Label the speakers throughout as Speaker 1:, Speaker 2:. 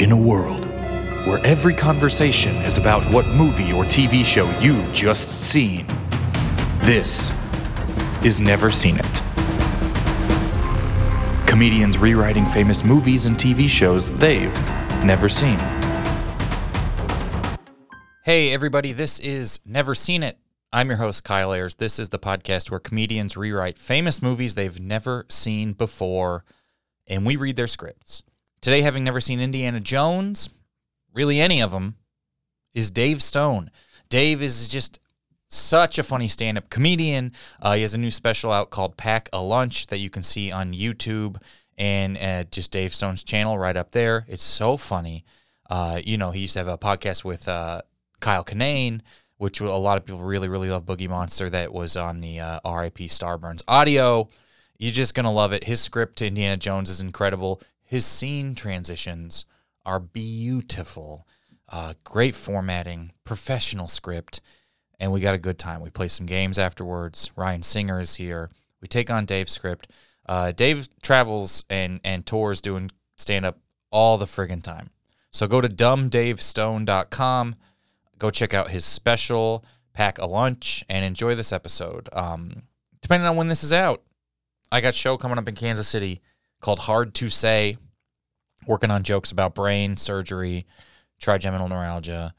Speaker 1: In a world where every conversation is about what movie or TV show you've just seen, this is Never Seen It. Comedians rewriting famous movies and TV shows they've never seen. Hey, everybody, this is Never Seen It. I'm your host, Kyle Ayers. This is the podcast where comedians rewrite famous movies they've never seen before, and we read their scripts. Today, having never seen Indiana Jones, really any of them, is Dave Stone. Dave is just such a funny stand up comedian. Uh, he has a new special out called Pack a Lunch that you can see on YouTube and uh, just Dave Stone's channel right up there. It's so funny. Uh, you know, he used to have a podcast with uh, Kyle Kinane, which a lot of people really, really love Boogie Monster, that was on the uh, RIP Starburns audio. You're just going to love it. His script to Indiana Jones is incredible. His scene transitions are beautiful. Uh, great formatting, professional script, and we got a good time. We play some games afterwards. Ryan Singer is here. We take on Dave's script. Uh, Dave travels and, and tours doing stand up all the friggin' time. So go to dumbdavestone.com, go check out his special, pack a lunch, and enjoy this episode. Um, depending on when this is out, I got show coming up in Kansas City called Hard to Say, working on jokes about brain surgery, trigeminal neuralgia,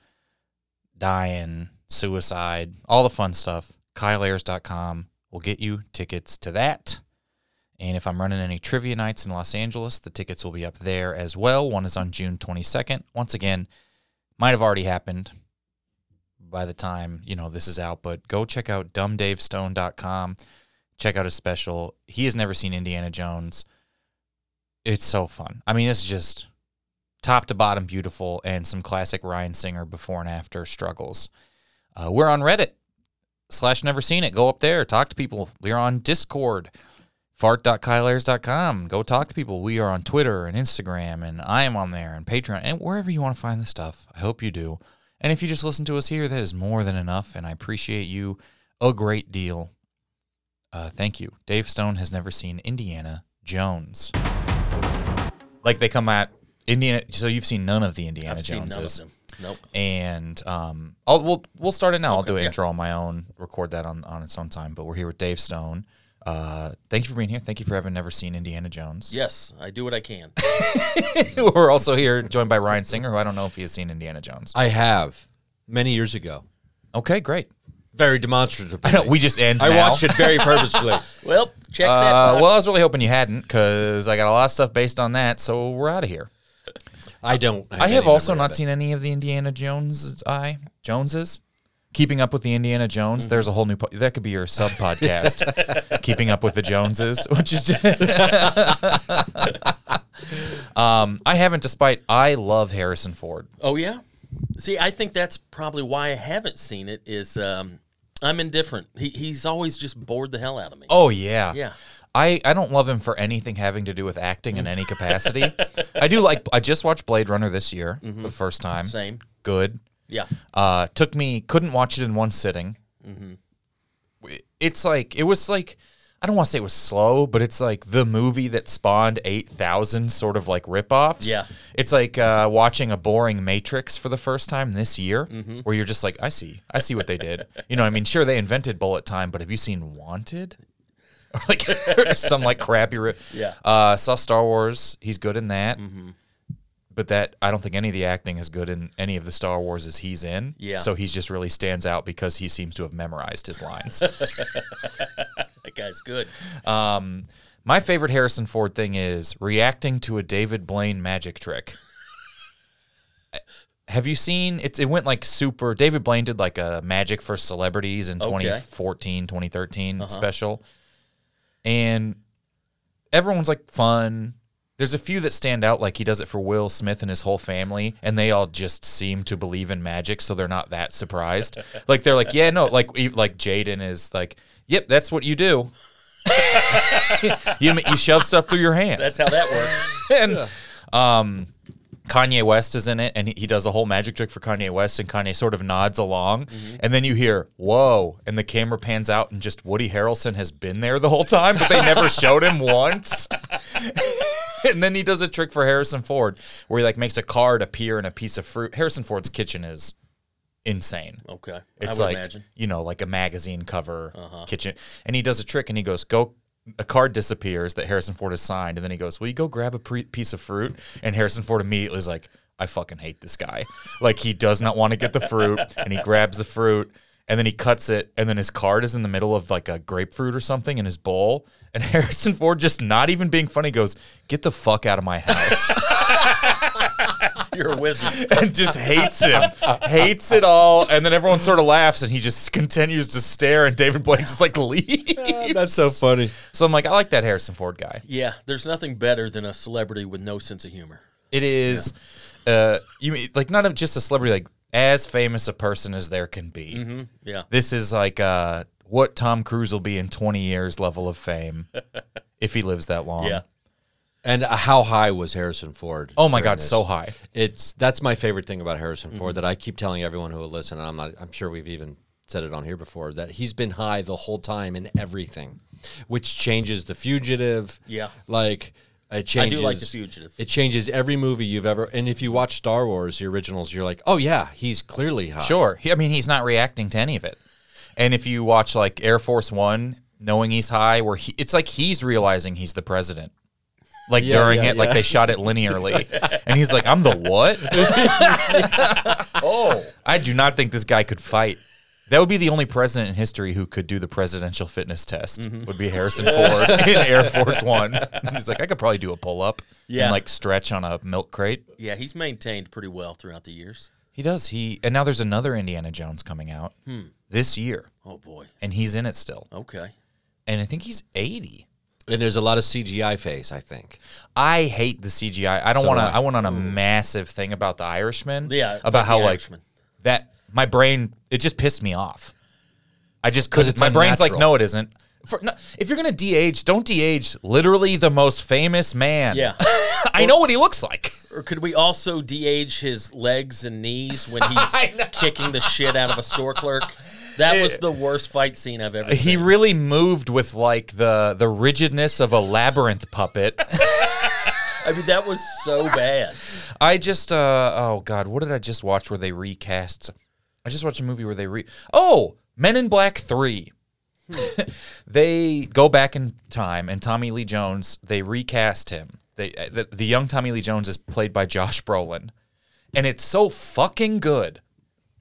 Speaker 1: dying, suicide, all the fun stuff. KyleAyers.com will get you tickets to that. And if I'm running any trivia nights in Los Angeles, the tickets will be up there as well. One is on June 22nd. Once again, might have already happened by the time, you know, this is out, but go check out dumbdavestone.com. Check out his special. He has never seen Indiana Jones it's so fun. I mean, it's just top to bottom beautiful and some classic Ryan Singer before and after struggles. Uh, we're on Reddit slash never seen it. Go up there, talk to people. We're on Discord, fart.kyleairs.com. Go talk to people. We are on Twitter and Instagram, and I am on there and Patreon and wherever you want to find this stuff. I hope you do. And if you just listen to us here, that is more than enough, and I appreciate you a great deal. Uh, thank you. Dave Stone has never seen Indiana Jones like they come at Indiana. So you've seen none of the Indiana
Speaker 2: I've
Speaker 1: Joneses.
Speaker 2: Seen none of them. Nope.
Speaker 1: And um, I'll we'll we'll start it now. I'll
Speaker 2: Okay,
Speaker 1: do an
Speaker 2: yeah.
Speaker 1: intro on my own, record that on on its own time. But we're here with Dave Stone. Uh, thank you for being here. Thank you for having never seen Indiana Jones.
Speaker 2: Yes, I do what I can.
Speaker 1: we're also here joined by Ryan Singer, who I don't know if he has seen Indiana Jones.
Speaker 3: I have many years ago.
Speaker 1: Okay, great.
Speaker 3: Very demonstrative.
Speaker 1: I know we just end.
Speaker 3: I
Speaker 1: now.
Speaker 3: watched it very purposefully.
Speaker 2: well, check that.
Speaker 1: Uh,
Speaker 2: box.
Speaker 1: well, I was really hoping you hadn't, because I got a lot of stuff based on that. So we're out of here.
Speaker 3: I don't.
Speaker 1: I have
Speaker 3: any
Speaker 1: also
Speaker 3: memory
Speaker 1: not
Speaker 3: of it.
Speaker 1: seen any of the Indiana Jones I Joneses. Keeping up with the Indiana Jones,
Speaker 2: Mm-hmm.
Speaker 1: there's a whole new po- that could be your sub podcast. Keeping up with the Joneses, which is um, I haven't. Despite I love Harrison Ford.
Speaker 2: oh yeah. See, I think that's probably why I haven't seen it. Is um, I'm indifferent. He, he's always just bored the hell out of me.
Speaker 1: Oh yeah,
Speaker 2: Yeah. Mm.
Speaker 1: I, I don't love him for anything having to do with acting in any capacity. I do like. I just watched Blade Runner this year for the first time.
Speaker 2: Mm-hmm. Same.
Speaker 1: Good.
Speaker 2: Yeah.
Speaker 1: Uh, took me couldn't watch it in one sitting.
Speaker 2: Mm-hmm.
Speaker 1: It- It's like it was like I don't want to say it was slow, but it's like the movie that spawned eight thousand sort of like ripoffs.
Speaker 2: Yeah.
Speaker 1: it's like uh, watching a boring Matrix for the first time this year,
Speaker 2: Mm-hmm.
Speaker 1: where you're just like, I see, I see what they did. you know, what I mean, sure they invented bullet time, but have you seen Wanted? Or, like some like crappy. Ri-
Speaker 2: Yeah. Mm-hmm.
Speaker 1: uh, saw Star Wars. He's good in that. but that I don't think any of the acting is good in any of the Star Wars as he's in.
Speaker 2: Yeah.
Speaker 1: So he's just really stands out because he seems to have memorized his lines.
Speaker 2: That guy's good.
Speaker 1: um, my favorite Harrison Ford thing is reacting to a David Blaine magic trick. Have you seen it? It went like super. David Blaine did like a magic for celebrities in
Speaker 2: Okay. Uh-huh.
Speaker 1: 2014, 2013 special. And everyone's like fun. There's a few that stand out, like he does it for Will Smith and his whole family, and they all just seem to believe in magic, so they're not that surprised. like they're like, yeah, no, like e- like Jaden is like, yep, that's what you do. you you shove stuff through your hand.
Speaker 2: That's how that works.
Speaker 1: and um, Kanye West is in it, and he, he does a whole magic trick for Kanye West, and Kanye sort of nods along, and then you hear "whoa," and the camera pans out, and just Woody Harrelson has been there the whole time, but they never showed him once. and then he does a trick for Harrison Ford, where he like makes a card appear in a piece of fruit. Harrison Ford's kitchen is insane.
Speaker 2: Okay.
Speaker 1: It's
Speaker 2: I would
Speaker 1: like
Speaker 2: imagine. Uh-huh.
Speaker 1: you know, like a magazine cover, kitchen, and he does a trick, and he goes, "Go." A card disappears that Harrison Ford has signed, and then he goes, "Will you go grab a pre- piece of fruit?" And Harrison Ford immediately is like, "I fucking hate this guy. like he does not want to get the fruit." And he grabs the fruit, and then he cuts it, and then his card is in the middle of like a grapefruit or something in his bowl. And Harrison Ford, just not even being funny, goes, "Get the fuck out of my house."
Speaker 2: You're a wizard.
Speaker 1: and just hates him, hates it all. And then everyone sort of laughs, and he just continues to stare. And David Blaine just like leaves.
Speaker 3: That's so funny.
Speaker 1: So I'm like, I like that Harrison Ford guy.
Speaker 2: Yeah, there's nothing better than a celebrity with no sense of humor.
Speaker 1: It is, uh, you mean like not a, just a celebrity, like as famous a person as there can be.
Speaker 2: Yeah.
Speaker 1: This is like uh, what Tom Cruise will be in 20 years level of fame if he lives that long.
Speaker 2: Yeah.
Speaker 3: And uh, how high was Harrison Ford?
Speaker 1: Oh my
Speaker 3: during
Speaker 1: God,
Speaker 3: this?
Speaker 1: so high.
Speaker 3: It's that's my favorite thing about Harrison Ford that I keep telling everyone who will listen, and I'm not I'm sure we've even said it on here before, that he's been high the whole time in everything. Which changes the fugitive.
Speaker 2: Yeah.
Speaker 3: Like it
Speaker 2: I
Speaker 3: changes
Speaker 2: do like The Fugitive.
Speaker 3: It changes every movie you've ever and if you watch Star Wars, the originals, you're like, Oh yeah, he's clearly high.
Speaker 1: Sure. He, I mean, he's not reacting to any of it. And if you watch like Air Force One, knowing he's high, where he, it's like he's realizing he's the president. Like
Speaker 3: Yeah,
Speaker 1: during
Speaker 3: yeah,
Speaker 1: it, like
Speaker 3: yeah.
Speaker 1: they shot it linearly. and he's like, I'm the what? oh. I do not think this guy could fight. That would be the only president in history who could do the presidential fitness test.
Speaker 3: Mm-hmm.
Speaker 1: Would be Harrison Ford in Air Force One. He's like, I could probably do a pull up
Speaker 2: Yeah.
Speaker 1: and like stretch on a milk crate.
Speaker 2: Yeah, he's maintained pretty well throughout the years.
Speaker 1: He does. He and now there's another Indiana Jones coming out this year,
Speaker 2: Oh boy.
Speaker 1: and he's in it still.
Speaker 2: Okay.
Speaker 1: And I think he's 80.
Speaker 3: And there's a lot of CGI face, I think.
Speaker 1: I hate the CGI. I don't
Speaker 3: So
Speaker 1: want to.
Speaker 3: do I.
Speaker 1: I went on a massive thing about the Irishman.
Speaker 2: Yeah,
Speaker 1: about
Speaker 2: The
Speaker 1: how like
Speaker 2: Irishman.
Speaker 1: that. My brain it just pissed me off. I just because
Speaker 3: it's
Speaker 1: my brain's like,
Speaker 3: unnatural.
Speaker 1: no, it isn't. For, no, if you're gonna de-age, don't de-age literally the most famous man.
Speaker 2: Yeah.
Speaker 1: I know what he looks like.
Speaker 2: or could we also de-age his legs and knees when
Speaker 1: I
Speaker 2: he's
Speaker 1: know.
Speaker 2: kicking the shit out of a store clerk? That was the worst fight scene I've ever
Speaker 1: He
Speaker 2: seen.
Speaker 1: really moved with like the the rigidness of a labyrinth puppet.
Speaker 2: I mean, that was so bad.
Speaker 1: I just uh oh god, what did I just watch where they recast? I just watched a movie where they re Oh, Men in Black 3. they go back in time and Tommy Lee Jones, they recast him. They uh, the, the young Tommy Lee Jones is played by Josh Brolin. And it's so fucking good.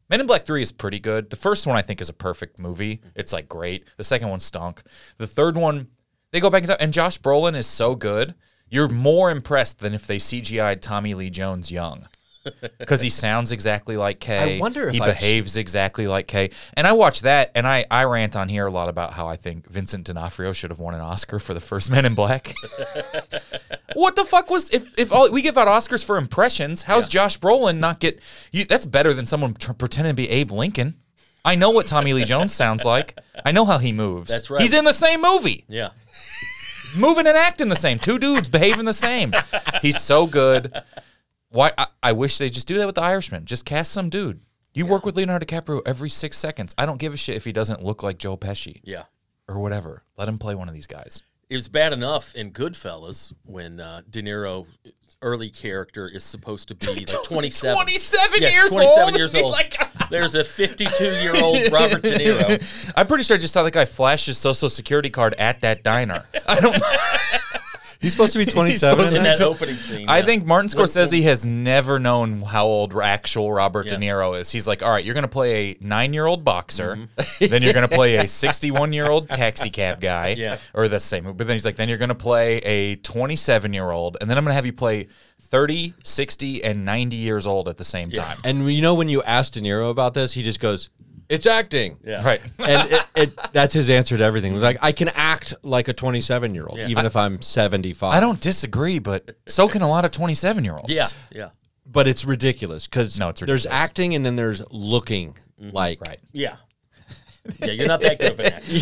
Speaker 1: Men in Black 3 is pretty good. The first one I think is a perfect movie. It's like great. The second one stunk. The third one, they go back in time, and Josh Brolin is so good. You're more impressed than if they CGI'd Tommy Lee Jones young. Because he sounds exactly like Kay.
Speaker 3: I wonder if
Speaker 1: he
Speaker 3: I've-
Speaker 1: behaves exactly like Kay. And I watch that, and I, I rant on here a lot about how I think Vincent D'Onofrio should have won an Oscar for the first Men in Black. What the fuck was if if all we give out Oscars for impressions? How's Josh Brolin not get? You, that's better than someone tr- pretending to be Abe Lincoln. I know what Tommy Lee Jones sounds like. I know how he moves.
Speaker 2: That's right.
Speaker 1: He's in the same movie,
Speaker 2: Yeah.
Speaker 1: moving and acting the same. Two dudes behaving the same. He's so good. Why? I, I wish they just do that with the Irishman. Just cast some dude. You work with Leonardo DiCaprio every six seconds. I don't give a shit if he doesn't look like Joe Pesci
Speaker 2: Yeah.
Speaker 1: or whatever. Let him play one of these guys.
Speaker 2: It was bad enough in Goodfellas when uh, De Niro early character is supposed to be like 27.
Speaker 1: 27
Speaker 2: Yeah,
Speaker 1: years
Speaker 2: 27
Speaker 1: old.
Speaker 2: years old.
Speaker 1: Like,
Speaker 2: There's a 52 year old Robert De Niro.
Speaker 1: I'm pretty sure I just saw that guy flash his social security card at that diner. I don't.
Speaker 3: He's supposed to be 27.
Speaker 2: in that opening scene.
Speaker 1: I
Speaker 2: yeah.
Speaker 1: think Martin
Speaker 2: When-
Speaker 1: Scorsese has never known how old actual Robert De Niro is. He's like, all right, you're going to play a nine year old boxer,
Speaker 2: Mm-hmm.
Speaker 1: then you're going to play a 61 year old taxi cab guy,
Speaker 2: Yeah.
Speaker 1: or the same. But then he's like, then you're going to play a 27 year old, and then I'm going to have you play 30, 60, and 90 years old at the same time.
Speaker 3: and you know when you ask De Niro about this, he just goes, "It's acting."
Speaker 2: Yeah.
Speaker 1: Right.
Speaker 3: and it, it, that's his answer to everything. He's like, I can act like a 27 year old,
Speaker 2: Yeah.
Speaker 3: even if I'm 75.
Speaker 1: I don't disagree, but so can a lot of 27 year olds.
Speaker 2: Yeah, yeah,
Speaker 3: but it's ridiculous because
Speaker 1: No, it's
Speaker 3: there's
Speaker 1: ridiculous.
Speaker 3: acting and then there's looking
Speaker 2: Mm-hmm.
Speaker 3: like.
Speaker 1: Right.
Speaker 2: yeah, yeah. You're not that good of an actor.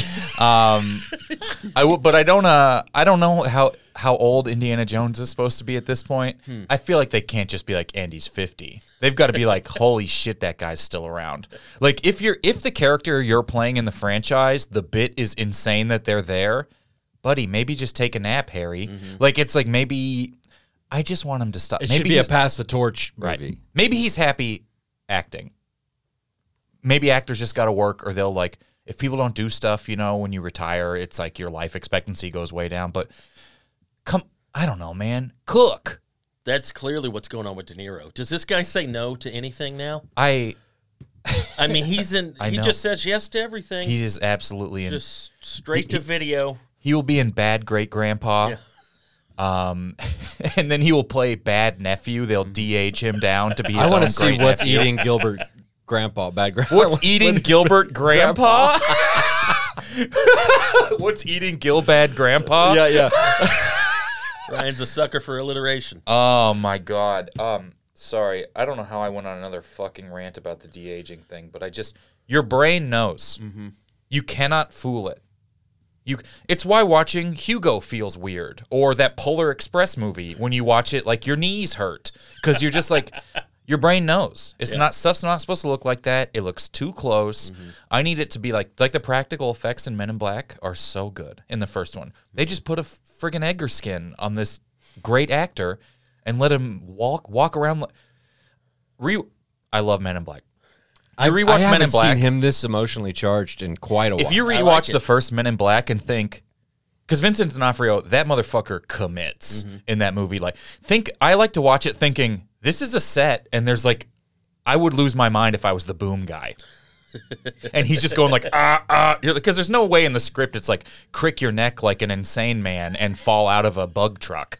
Speaker 1: I w- but I don't uh I don't know how how old Indiana Jones is supposed to be at this point.
Speaker 3: Hmm.
Speaker 1: I feel like they can't just be like Andy's 50. They've got to be like holy shit that guy's still around. Like if you're if the character you're playing in the franchise, the bit is insane that they're there, buddy, maybe just take a nap, Harry. Like it's like maybe I just want him to stop.
Speaker 3: Mm-hmm. It
Speaker 1: maybe
Speaker 3: should be a
Speaker 1: he's-
Speaker 3: pass the torch movie.
Speaker 1: Right. Maybe he's happy acting. Maybe actors just got to work, or they'll like if people don't do stuff. You know, when you retire, it's like your life expectancy goes way down. But come, I don't know, man. Cook.
Speaker 2: That's clearly what's going on with De Niro. Does this guy say no to anything now?
Speaker 1: I
Speaker 2: I mean, he's in.
Speaker 1: I
Speaker 2: he
Speaker 1: know.
Speaker 2: just says yes to everything.
Speaker 1: he is absolutely in.
Speaker 2: just straight to video.
Speaker 1: he will be in bad great grandpa. Um, and then he will play bad nephew. They'll DH him down to be. His
Speaker 3: Mm-hmm. I want
Speaker 1: want
Speaker 3: to see what's eating Gilbert Grandpa, bad grandpa.
Speaker 1: What's eating Gilbert Grandpa? What's eating Gilbad Grandpa?
Speaker 3: Yeah, yeah.
Speaker 2: Ryan's a sucker for alliteration.
Speaker 1: Oh my god. Um sorry. I don't know how I went on another fucking rant about the de-aging thing, but I just your brain knows. You cannot fool it. You it's why watching Hugo feels weird or that Polar Express movie when you watch it like your knees hurt cuz you're just like your brain knows. It's not stuff's not supposed to look like that. It looks too close. I need it to be like like the practical effects in Men in Black are so good in the first one. They just put a friggin' Edgar skin on this great actor and let him walk walk around. li- Re, I love Men in Black. I rewatched
Speaker 3: I
Speaker 1: Men
Speaker 3: haven't
Speaker 1: in Black.
Speaker 3: seen him this emotionally charged in quite a while.
Speaker 1: If you rewatch the first Men in Black and think, because Vincent D'Onofrio, that motherfucker commits in that movie. Like, think I like to watch it thinking this is a set, and there's like, I would lose my mind if I was the boom guy. and he's just going like ah ah because there's no way in the script it's like crick your neck like an insane man and fall out of a bug truck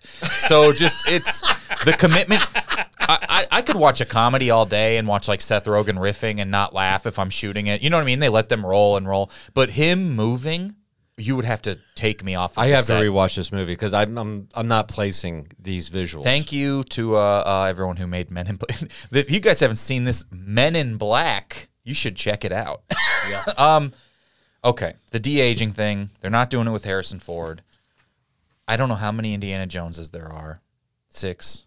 Speaker 1: so just it's the commitment I, I, I could watch a comedy all day and watch like Seth Rogen riffing and not laugh if I'm shooting it. You know what I mean? They let them roll and roll, but him moving, you would have to take me off. Of
Speaker 3: I
Speaker 1: the
Speaker 3: have to
Speaker 1: set.
Speaker 3: rewatch this movie because I'm, I'm I'm not placing these visuals.
Speaker 1: Thank you to uh, uh, everyone who made Men in Black. if you guys haven't seen this, Men in Black, you should check it out. um, okay, the de aging thing. They're not doing it with Harrison Ford. I don't know how many Indiana Joneses there are. Six,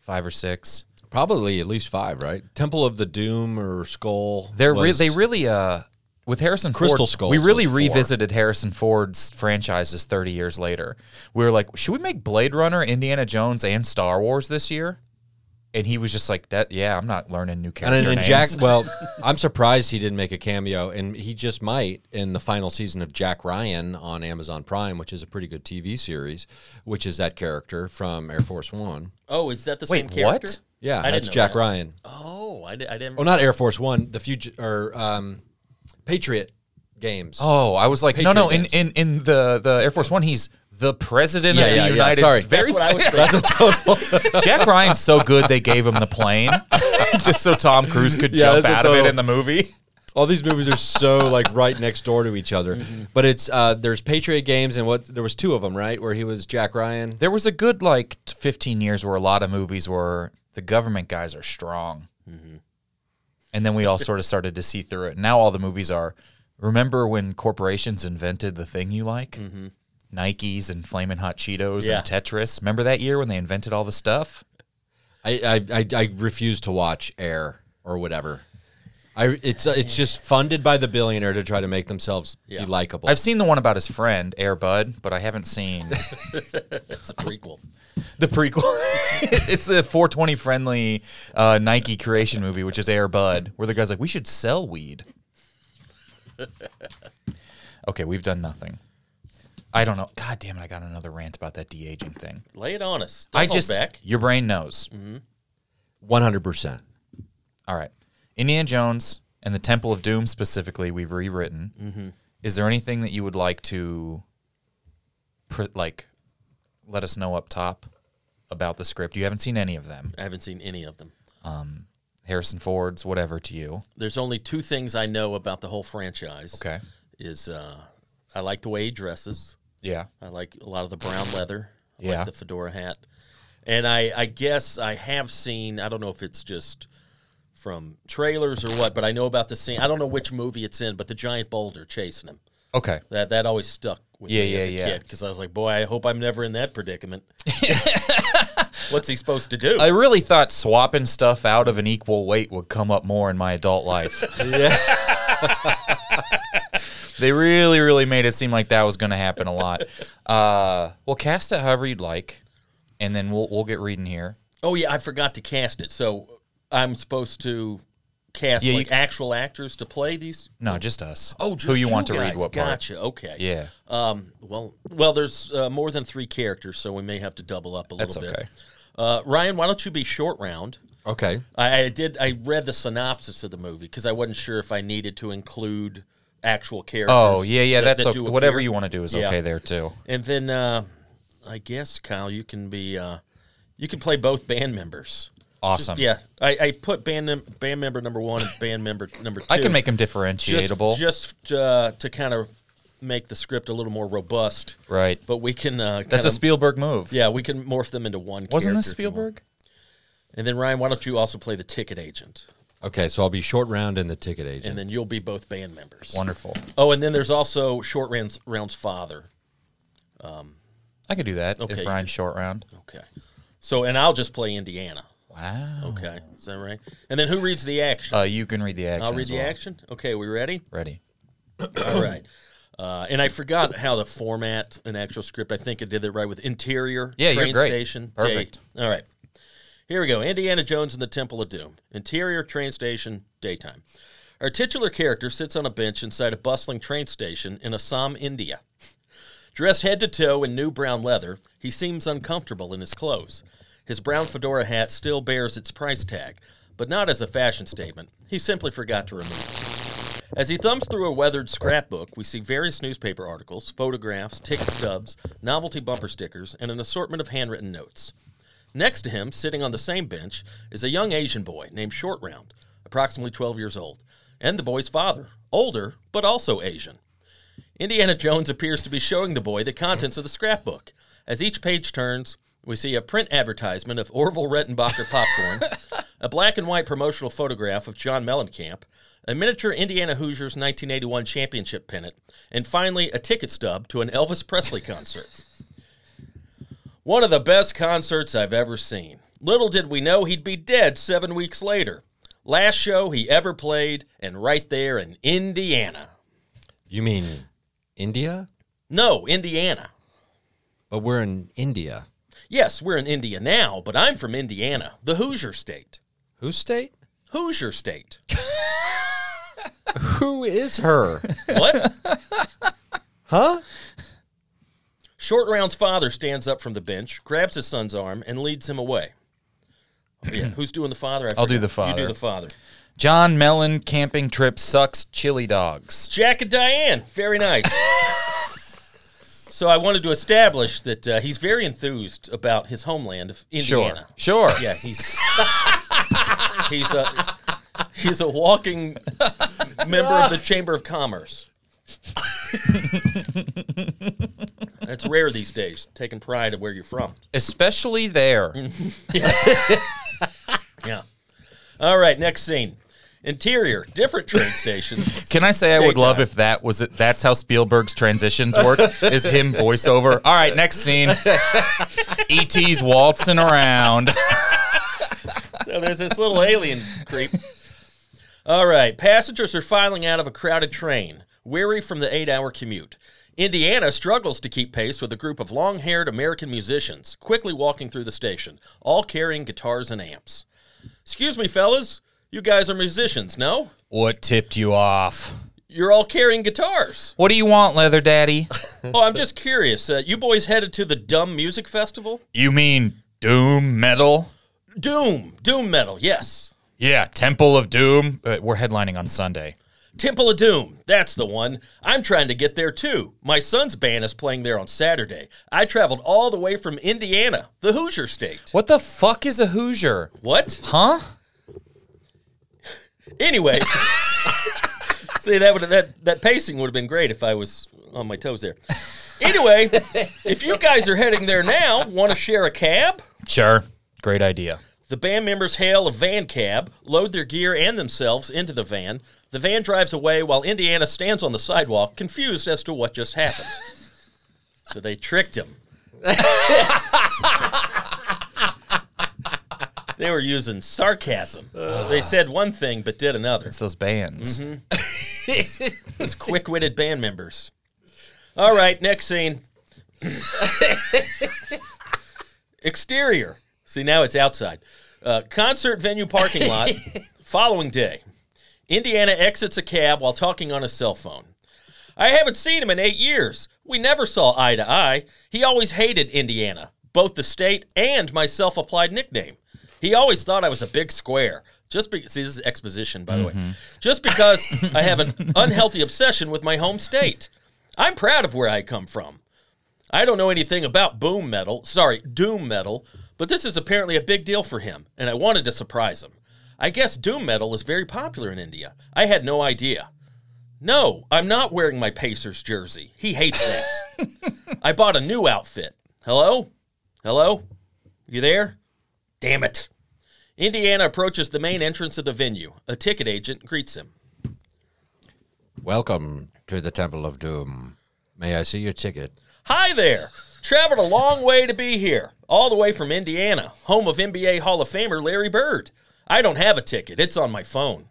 Speaker 1: five or six.
Speaker 3: Probably at least five, right? Temple of the Doom or Skull.
Speaker 1: They're re-
Speaker 3: was-
Speaker 1: they really uh with Harrison
Speaker 3: Crystal
Speaker 1: Ford,
Speaker 3: Skulls
Speaker 1: We really
Speaker 3: was four.
Speaker 1: revisited Harrison Ford's franchises 30 years later. We were like, should we make Blade Runner, Indiana Jones, and Star Wars this year? And he was just like, that yeah, I'm not learning new
Speaker 3: and,
Speaker 1: character
Speaker 3: and,
Speaker 1: names.
Speaker 3: Jack. Well, I'm surprised he didn't make a cameo, and he just might in the final season of Jack Ryan on Amazon Prime, which is a pretty good TV series, which is that character from Air Force One.
Speaker 2: Oh, is that the
Speaker 1: Wait,
Speaker 2: same character?
Speaker 1: what?
Speaker 3: Yeah,
Speaker 2: I didn't
Speaker 3: that's
Speaker 2: know
Speaker 3: Jack
Speaker 2: that.
Speaker 3: Ryan.
Speaker 2: Oh, I, di- I didn't.
Speaker 3: Oh, not Air Force One. The Fug- or um, Patriot games.
Speaker 1: Oh, I was like, no, no, in, in
Speaker 3: Patriot
Speaker 1: in the the Air Force One, he's the president
Speaker 3: Yeah,
Speaker 1: of the
Speaker 3: yeah, yeah,
Speaker 1: United
Speaker 3: sorry.
Speaker 1: States. Very
Speaker 2: That's what I was thinking.
Speaker 3: that's a total.
Speaker 1: Jack Ryan's so good they gave him the plane just so Tom Cruise could
Speaker 3: Yeah,
Speaker 1: jump
Speaker 3: that's a
Speaker 1: out of it
Speaker 3: total-
Speaker 1: in the movie.
Speaker 3: All these movies are so like right next door to each other. But it's uh, there's Patriot games and what there was two of them, right? Where he was Jack Ryan.
Speaker 1: There was a good like t- 15 years where a lot of movies were the government guys are strong. And then we all sort of started to see through it. Now all the movies are remember when corporations invented the thing you like? Nikes and Flamin' Hot Cheetos
Speaker 2: Yeah.
Speaker 1: and Tetris. Remember that year when they invented all the stuff?
Speaker 3: I I, I, I refuse to watch Air or whatever. I it's uh, it's just funded by the billionaire to try to make themselves
Speaker 2: Yeah.
Speaker 3: be likable.
Speaker 1: I've seen the one about his friend, Air Bud, but I haven't seen
Speaker 2: It's a prequel.
Speaker 1: the prequel. it's the 420 friendly uh, Nike creation movie, which is Air Bud, where the guy's like, we should sell weed. Okay, we've done nothing. I don't know. God damn it! I got another rant about that de aging thing.
Speaker 2: Lay it on us. Don't
Speaker 1: I
Speaker 2: hold
Speaker 1: just
Speaker 2: back.
Speaker 1: your brain knows.
Speaker 3: One hundred percent.
Speaker 1: All right, Indiana Jones and the Temple of Doom specifically, we've rewritten. Is there anything that you would like to, pr- like, let us know up top about the script? You haven't seen any of them.
Speaker 2: I haven't seen any of them.
Speaker 1: Harrison Ford's, whatever to you.
Speaker 2: There's only two things I know about the whole franchise.
Speaker 1: Okay.
Speaker 2: Is uh, I like the way he dresses.
Speaker 1: Yeah.
Speaker 2: I like a lot of the brown leather. I
Speaker 1: Yeah.
Speaker 2: like the fedora hat. And I, I guess I have seen, I don't know if it's just from trailers or what, but I know about the scene. I don't know which movie it's in, but the giant boulder chasing him.
Speaker 1: Okay.
Speaker 2: That that always stuck with
Speaker 1: Yeah,
Speaker 2: me as a
Speaker 1: yeah, yeah.
Speaker 2: kid because I was like, boy, I hope I'm never in that predicament. What's he supposed to do?
Speaker 1: I really thought swapping stuff out of an equal weight would come up more in my adult life. they really, really made it seem like that was going to happen a lot. Uh, well, cast it however you'd like, and then we'll we'll get reading here.
Speaker 2: oh yeah, I forgot to cast it. So I'm supposed to cast
Speaker 1: Yeah,
Speaker 2: like
Speaker 1: you-
Speaker 2: actual actors to play these.
Speaker 1: No, just us.
Speaker 2: Oh, just
Speaker 1: who you, want to
Speaker 2: guys.
Speaker 1: read what part?
Speaker 2: gotcha. Okay.
Speaker 1: Yeah,
Speaker 2: Um, well, well, there's uh, more than three characters, so we may have to double up a little
Speaker 1: That's
Speaker 2: bit.
Speaker 1: okay.
Speaker 2: Uh, Ryan, why don't you be short round?
Speaker 3: Okay.
Speaker 2: I, I did. I read the synopsis of the movie because I wasn't sure if I needed to include actual characters.
Speaker 1: Oh, yeah, yeah.
Speaker 2: that-
Speaker 1: That's
Speaker 2: that
Speaker 1: okay.
Speaker 2: do
Speaker 1: whatever
Speaker 2: appear.
Speaker 1: you want to do is
Speaker 2: Yeah.
Speaker 1: okay there too.
Speaker 2: And then uh, I guess Kyle, you can be. Uh, you can play both band members.
Speaker 1: Awesome.
Speaker 2: Yeah, I, I put band mem- band member number one and band member number two.
Speaker 1: I can make them
Speaker 2: just
Speaker 1: differentiable.
Speaker 2: just uh, to kind of make the script a little more robust.
Speaker 1: right.
Speaker 2: But we can. Uh,
Speaker 1: That's
Speaker 2: kinda-
Speaker 1: a Spielberg move.
Speaker 2: Yeah, we can morph them into one.
Speaker 1: Wasn't
Speaker 2: character
Speaker 1: this
Speaker 2: if you want.
Speaker 1: Spielberg?
Speaker 2: And then Ryan, why don't you also play the ticket agent,
Speaker 3: Okay. So I'll be short round and the ticket agent.
Speaker 2: and then you'll be both band members.
Speaker 1: Wonderful.
Speaker 2: Oh, and then there's also Short Round's, Round's father.
Speaker 1: I could do that
Speaker 2: Okay,
Speaker 1: if
Speaker 2: you
Speaker 1: Ryan's short round.
Speaker 2: Okay. So, and I'll just play Indiana.
Speaker 1: Wow.
Speaker 2: Okay, is that right? And then who reads the action?
Speaker 1: Uh, you can read the action.
Speaker 2: I'll read
Speaker 1: as
Speaker 2: the
Speaker 1: well.
Speaker 2: action. Okay, we ready?
Speaker 1: Ready.
Speaker 2: All right. Uh, and I forgot how the format and actual script. I think I did that right with interior
Speaker 1: Yeah, you're
Speaker 2: train
Speaker 1: great.
Speaker 2: station.
Speaker 1: Perfect.
Speaker 2: Day. All right. Here we go. Indiana Jones and the Temple of Doom. Interior train station, daytime. Our titular character sits on a bench inside a bustling train station in Assam, India. Dressed head to toe in new brown leather, he seems uncomfortable in his clothes. His brown fedora hat still bears its price tag, but not as a fashion statement. He simply forgot to remove it. As he thumbs through a weathered scrapbook, we see various newspaper articles, photographs, ticket stubs, novelty bumper stickers, and an assortment of handwritten notes. Next to him, sitting on the same bench, is a young Asian boy named Short Round, approximately 12 years old, and the boy's father, older but also Asian. Indiana Jones appears to be showing the boy the contents of the scrapbook. As each page turns, we see a print advertisement of Orville Rettenbacher popcorn, a black and white promotional photograph of John Mellencamp, a miniature Indiana Hoosiers 1981 championship pennant, and finally a ticket stub to an Elvis Presley concert. One of the best concerts I've ever seen. Little did we know he'd be dead seven weeks later. Last show he ever played, and right there in Indiana.
Speaker 3: you mean India?
Speaker 2: No, Indiana.
Speaker 3: But we're in India.
Speaker 2: Yes, we're in India now, but I'm from Indiana, the Hoosier state.
Speaker 3: Who state?
Speaker 2: Hoosier state.
Speaker 3: Who is her?
Speaker 2: What?
Speaker 3: huh?
Speaker 2: Short Round's father stands up from the bench, grabs his son's arm, and leads him away. Oh, yeah, who's doing the father? I
Speaker 1: I'll do
Speaker 2: forgot.
Speaker 1: the
Speaker 2: You
Speaker 1: father.
Speaker 2: do the father.
Speaker 1: John Mellon camping trip sucks. Chili dogs.
Speaker 2: Jack and Diane. Very nice. so I wanted to establish that uh, he's very enthused about his homeland of Indiana.
Speaker 1: Sure. Sure.
Speaker 2: Yeah, he's he's a he's a walking member of the Chamber of Commerce. That's rare these days, taking pride of where you're from.
Speaker 1: Especially there.
Speaker 2: Yeah. All right, next scene. Interior, different train station.
Speaker 1: Can I say I would
Speaker 2: Daytime.
Speaker 1: love if that was it? That's how Spielberg's transitions work. is him voiceover. All right, next scene. ET's waltzing around.
Speaker 2: So there's this little alien creep. All right, passengers are filing out of a crowded train, weary from the eight hour commute. Indiana struggles to keep pace with a group of long haired American musicians quickly walking through the station, all carrying guitars and amps. Excuse me, fellas, you guys are musicians, no?
Speaker 1: What tipped you off?
Speaker 2: You're all carrying guitars.
Speaker 1: What do you want, Leather Daddy?
Speaker 2: Oh, I'm just curious. Uh, you boys headed to the Dumb Music Festival?
Speaker 1: you mean Doom Metal?
Speaker 2: Doom, Doom Metal, yes.
Speaker 1: Yeah, Temple of Doom. Uh, we're headlining on Sunday.
Speaker 2: Temple of Doom, that's the one. I'm trying to get there too. My son's band is playing there on Saturday. I traveled all the way from Indiana, the Hoosier state.
Speaker 1: What the fuck is a Hoosier?
Speaker 2: What?
Speaker 1: Huh?
Speaker 2: Anyway, see that would that that pacing would have been great if I was on my toes there. Anyway, if you guys are heading there now, want to share a cab?
Speaker 1: Sure. Great idea.
Speaker 2: The band members hail a van cab, load their gear and themselves into the van. The van drives away while Indiana stands on the sidewalk, confused as to what just happened. so they tricked him. they were using sarcasm. they said one thing but did another.
Speaker 1: It's those bands.
Speaker 2: Quick witted band members. All right, next scene. Exterior. See, now it's outside. Uh, concert venue parking lot. Following day, Indiana exits a cab while talking on his cell phone. I haven't seen him in eight years. We never saw eye to eye. He always hated Indiana, both the state and my self applied nickname. He always thought I was a big square. Just be- see, this is exposition, by the way. Just because I have an unhealthy obsession with my home state. I'm proud of where I come from. I don't know anything about boom metal, sorry, doom metal, but this is apparently a big deal for him, and I wanted to surprise him. I guess doom metal is very popular in India. I had no idea. No, I'm not wearing my Pacers jersey. He hates that. I bought a new outfit. Hello? Hello? You there? Damn it. Indiana approaches the main entrance of the venue. A ticket agent greets him.
Speaker 3: Welcome to the Temple of Doom. May I see your ticket?
Speaker 2: Hi there. Traveled a long way to be here, all the way from Indiana, home of NBA Hall of Famer Larry Bird. I don't have a ticket, it's on my phone.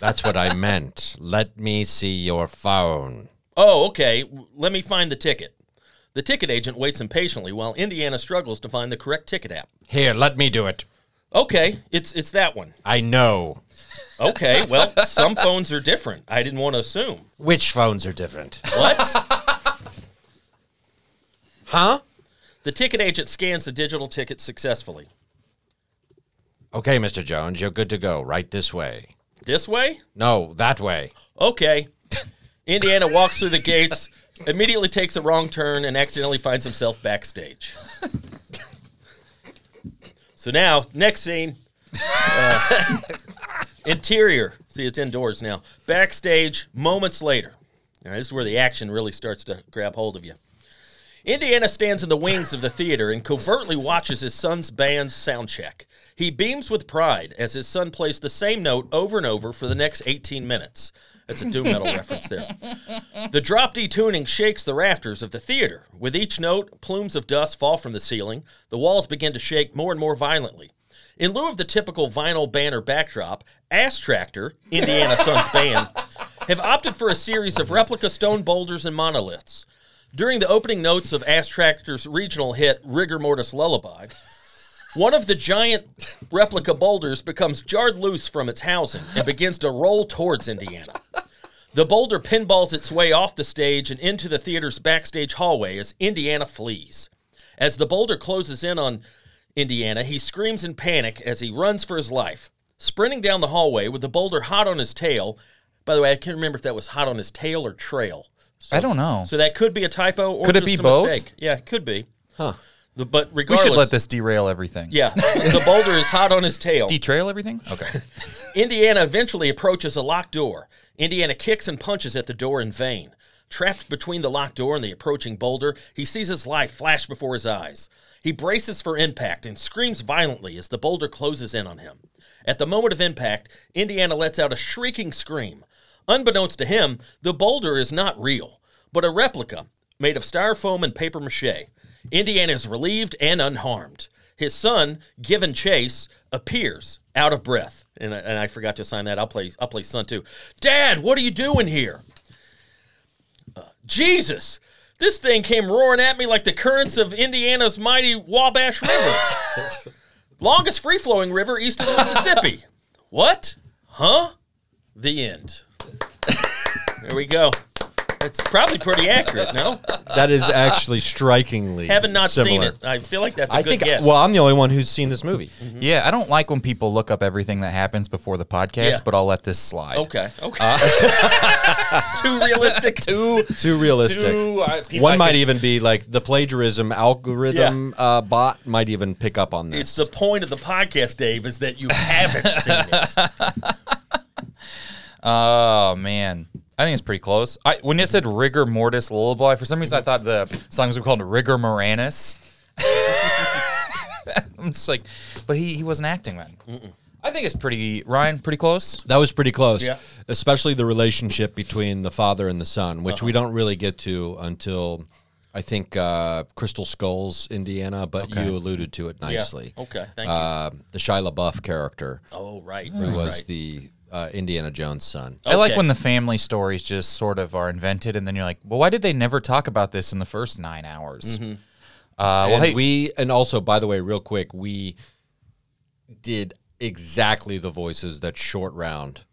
Speaker 3: That's what I meant. Let me see your phone.
Speaker 2: Oh, okay, w- let me find the ticket. The ticket agent waits impatiently while Indiana struggles to find the correct ticket app.
Speaker 3: Here, let me do it.
Speaker 2: Okay, it's it's that one.
Speaker 3: I know.
Speaker 2: Okay, well, some phones are different. I didn't want to assume.
Speaker 3: Which phones are different?
Speaker 2: What?
Speaker 3: Huh?
Speaker 2: the ticket agent scans the digital ticket successfully.
Speaker 3: Okay, Mr. Jones, you're good to go. Right this way.
Speaker 2: This way?
Speaker 3: No, that way.
Speaker 2: okay. Indiana walks through the gates, immediately takes a wrong turn, and accidentally finds himself backstage. so now, next scene. Uh, interior. See, it's indoors now. Backstage, moments later. Now, this is where the action really starts to grab hold of you. Indiana stands in the wings of the theater and covertly watches his son's band's sound check. He beams with pride as his son plays the same note over and over for the next 18 minutes. That's a doom metal reference there. The drop D tuning shakes the rafters of the theater. With each note, plumes of dust fall from the ceiling. The walls begin to shake more and more violently. In lieu of the typical vinyl banner backdrop, Ass Tractor, Indiana Suns Band, have opted for a series of replica stone boulders and monoliths. During the opening notes of Ass Tractor's regional hit Rigor Mortis Lullaby, one of the giant replica boulders becomes jarred loose from its housing and begins to roll towards Indiana. The boulder pinballs its way off the stage and into the theater's backstage hallway as Indiana flees. As the boulder closes in on Indiana, he screams in panic as he runs for his life. Sprinting down the hallway with the boulder hot on his tail. By the way, I can't remember if that was hot on his tail or trail.
Speaker 1: I don't know.
Speaker 2: So that could be a typo or
Speaker 1: Could it
Speaker 2: just
Speaker 1: be
Speaker 2: a
Speaker 1: both?
Speaker 2: mistake. Yeah, it could be.
Speaker 3: Huh.
Speaker 2: The- but
Speaker 1: we
Speaker 2: regardless,
Speaker 1: should let this derail everything.
Speaker 2: Yeah, the boulder is hot on his tail.
Speaker 1: Derail everything? Okay.
Speaker 2: Indiana eventually approaches a locked door. Indiana kicks and punches at the door in vain. Trapped between the locked door and the approaching boulder, he sees his life flash before his eyes. He braces for impact and screams violently as the boulder closes in on him. At the moment of impact, Indiana lets out a shrieking scream. Unbeknownst to him, the boulder is not real, but a replica made of styrofoam and paper mache. Indiana is relieved and unharmed. His son, given chase, appears out of breath, and I, and I forgot to assign that. I'll play. I'll play son too. Dad, what are you doing here? Uh, Jesus, this thing came roaring at me like the currents of Indiana's mighty Wabash River, longest free flowing river east of the Mississippi. What? Huh? The end. There we go. It's probably pretty accurate, no?
Speaker 3: That is actually strikingly
Speaker 2: Haven't not seen
Speaker 3: similar.
Speaker 2: it. I feel like that's a
Speaker 3: I
Speaker 2: good
Speaker 3: think.
Speaker 2: guess. Mm-hmm.
Speaker 3: Well, I'm the only one who's seen this movie.
Speaker 1: Yeah, I don't like when people look up everything that happens before the podcast,
Speaker 2: Yeah.
Speaker 1: but I'll let this slide.
Speaker 2: okay. Okay. Too realistic.
Speaker 1: Two.
Speaker 3: Uh, Too realistic.
Speaker 1: Two, uh, people I
Speaker 3: one might
Speaker 1: could-
Speaker 3: even be like the plagiarism algorithm uh, bot might even pick up on this.
Speaker 2: It's the point of the podcast, Dave, is that you haven't seen it.
Speaker 1: Oh man, I think it's pretty close. I when it said rigor mortis lullaby, for some reason I thought the songs were called rigor moranis. I'm just like, but he he wasn't acting then. I think it's pretty Ryan, pretty close.
Speaker 3: That was pretty close,
Speaker 2: Yeah.
Speaker 3: especially the relationship between the father and the son, which
Speaker 1: Uh-huh.
Speaker 3: we don't really get to until I think uh, Crystal Skulls, Indiana. But you alluded to it nicely.
Speaker 2: Okay, thank you.
Speaker 3: uh, The Shia LaBeouf character
Speaker 2: Oh, right.
Speaker 3: who
Speaker 2: right,
Speaker 3: was
Speaker 2: right.
Speaker 3: the uh, Indiana Jones son.
Speaker 1: I like
Speaker 2: Okay.
Speaker 1: when the family stories just sort of are invented, and then you're like, well, why did they never talk about this in the first nine hours? Uh, well,
Speaker 3: Mm-hmm. and
Speaker 1: hey,
Speaker 3: we and also by the way, real quick, we did exactly the voices that Short Round.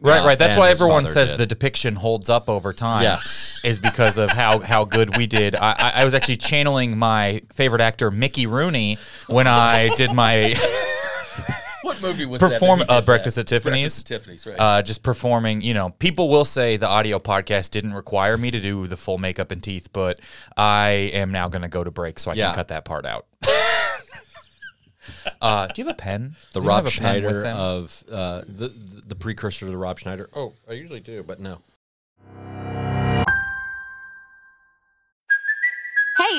Speaker 1: Right, right. That's
Speaker 3: and
Speaker 1: why
Speaker 3: his
Speaker 1: everyone
Speaker 3: father
Speaker 1: says
Speaker 3: did.
Speaker 1: the depiction holds up over time.
Speaker 3: Yes.
Speaker 1: is because of how how good we did. I, I, I was actually channeling my favorite actor Mickey Rooney when I did my
Speaker 2: what movie was
Speaker 1: perform
Speaker 2: that? that he
Speaker 1: uh,
Speaker 2: did
Speaker 1: Breakfast
Speaker 2: that?
Speaker 1: at Tiffany's.
Speaker 2: Breakfast at Tiffany's, right.
Speaker 1: Uh, just performing, you know, people will say the audio podcast didn't require me to do the full makeup and teeth, but I am now going to go to break so I
Speaker 3: Yeah.
Speaker 1: can cut that part out. uh, do you have a pen?
Speaker 3: The
Speaker 1: Do you
Speaker 3: Rob
Speaker 1: have a pen with
Speaker 3: Schneider
Speaker 1: them?
Speaker 3: of uh, the the precursor to the Rob Schneider. Oh, I usually do, but no.
Speaker 4: Hey,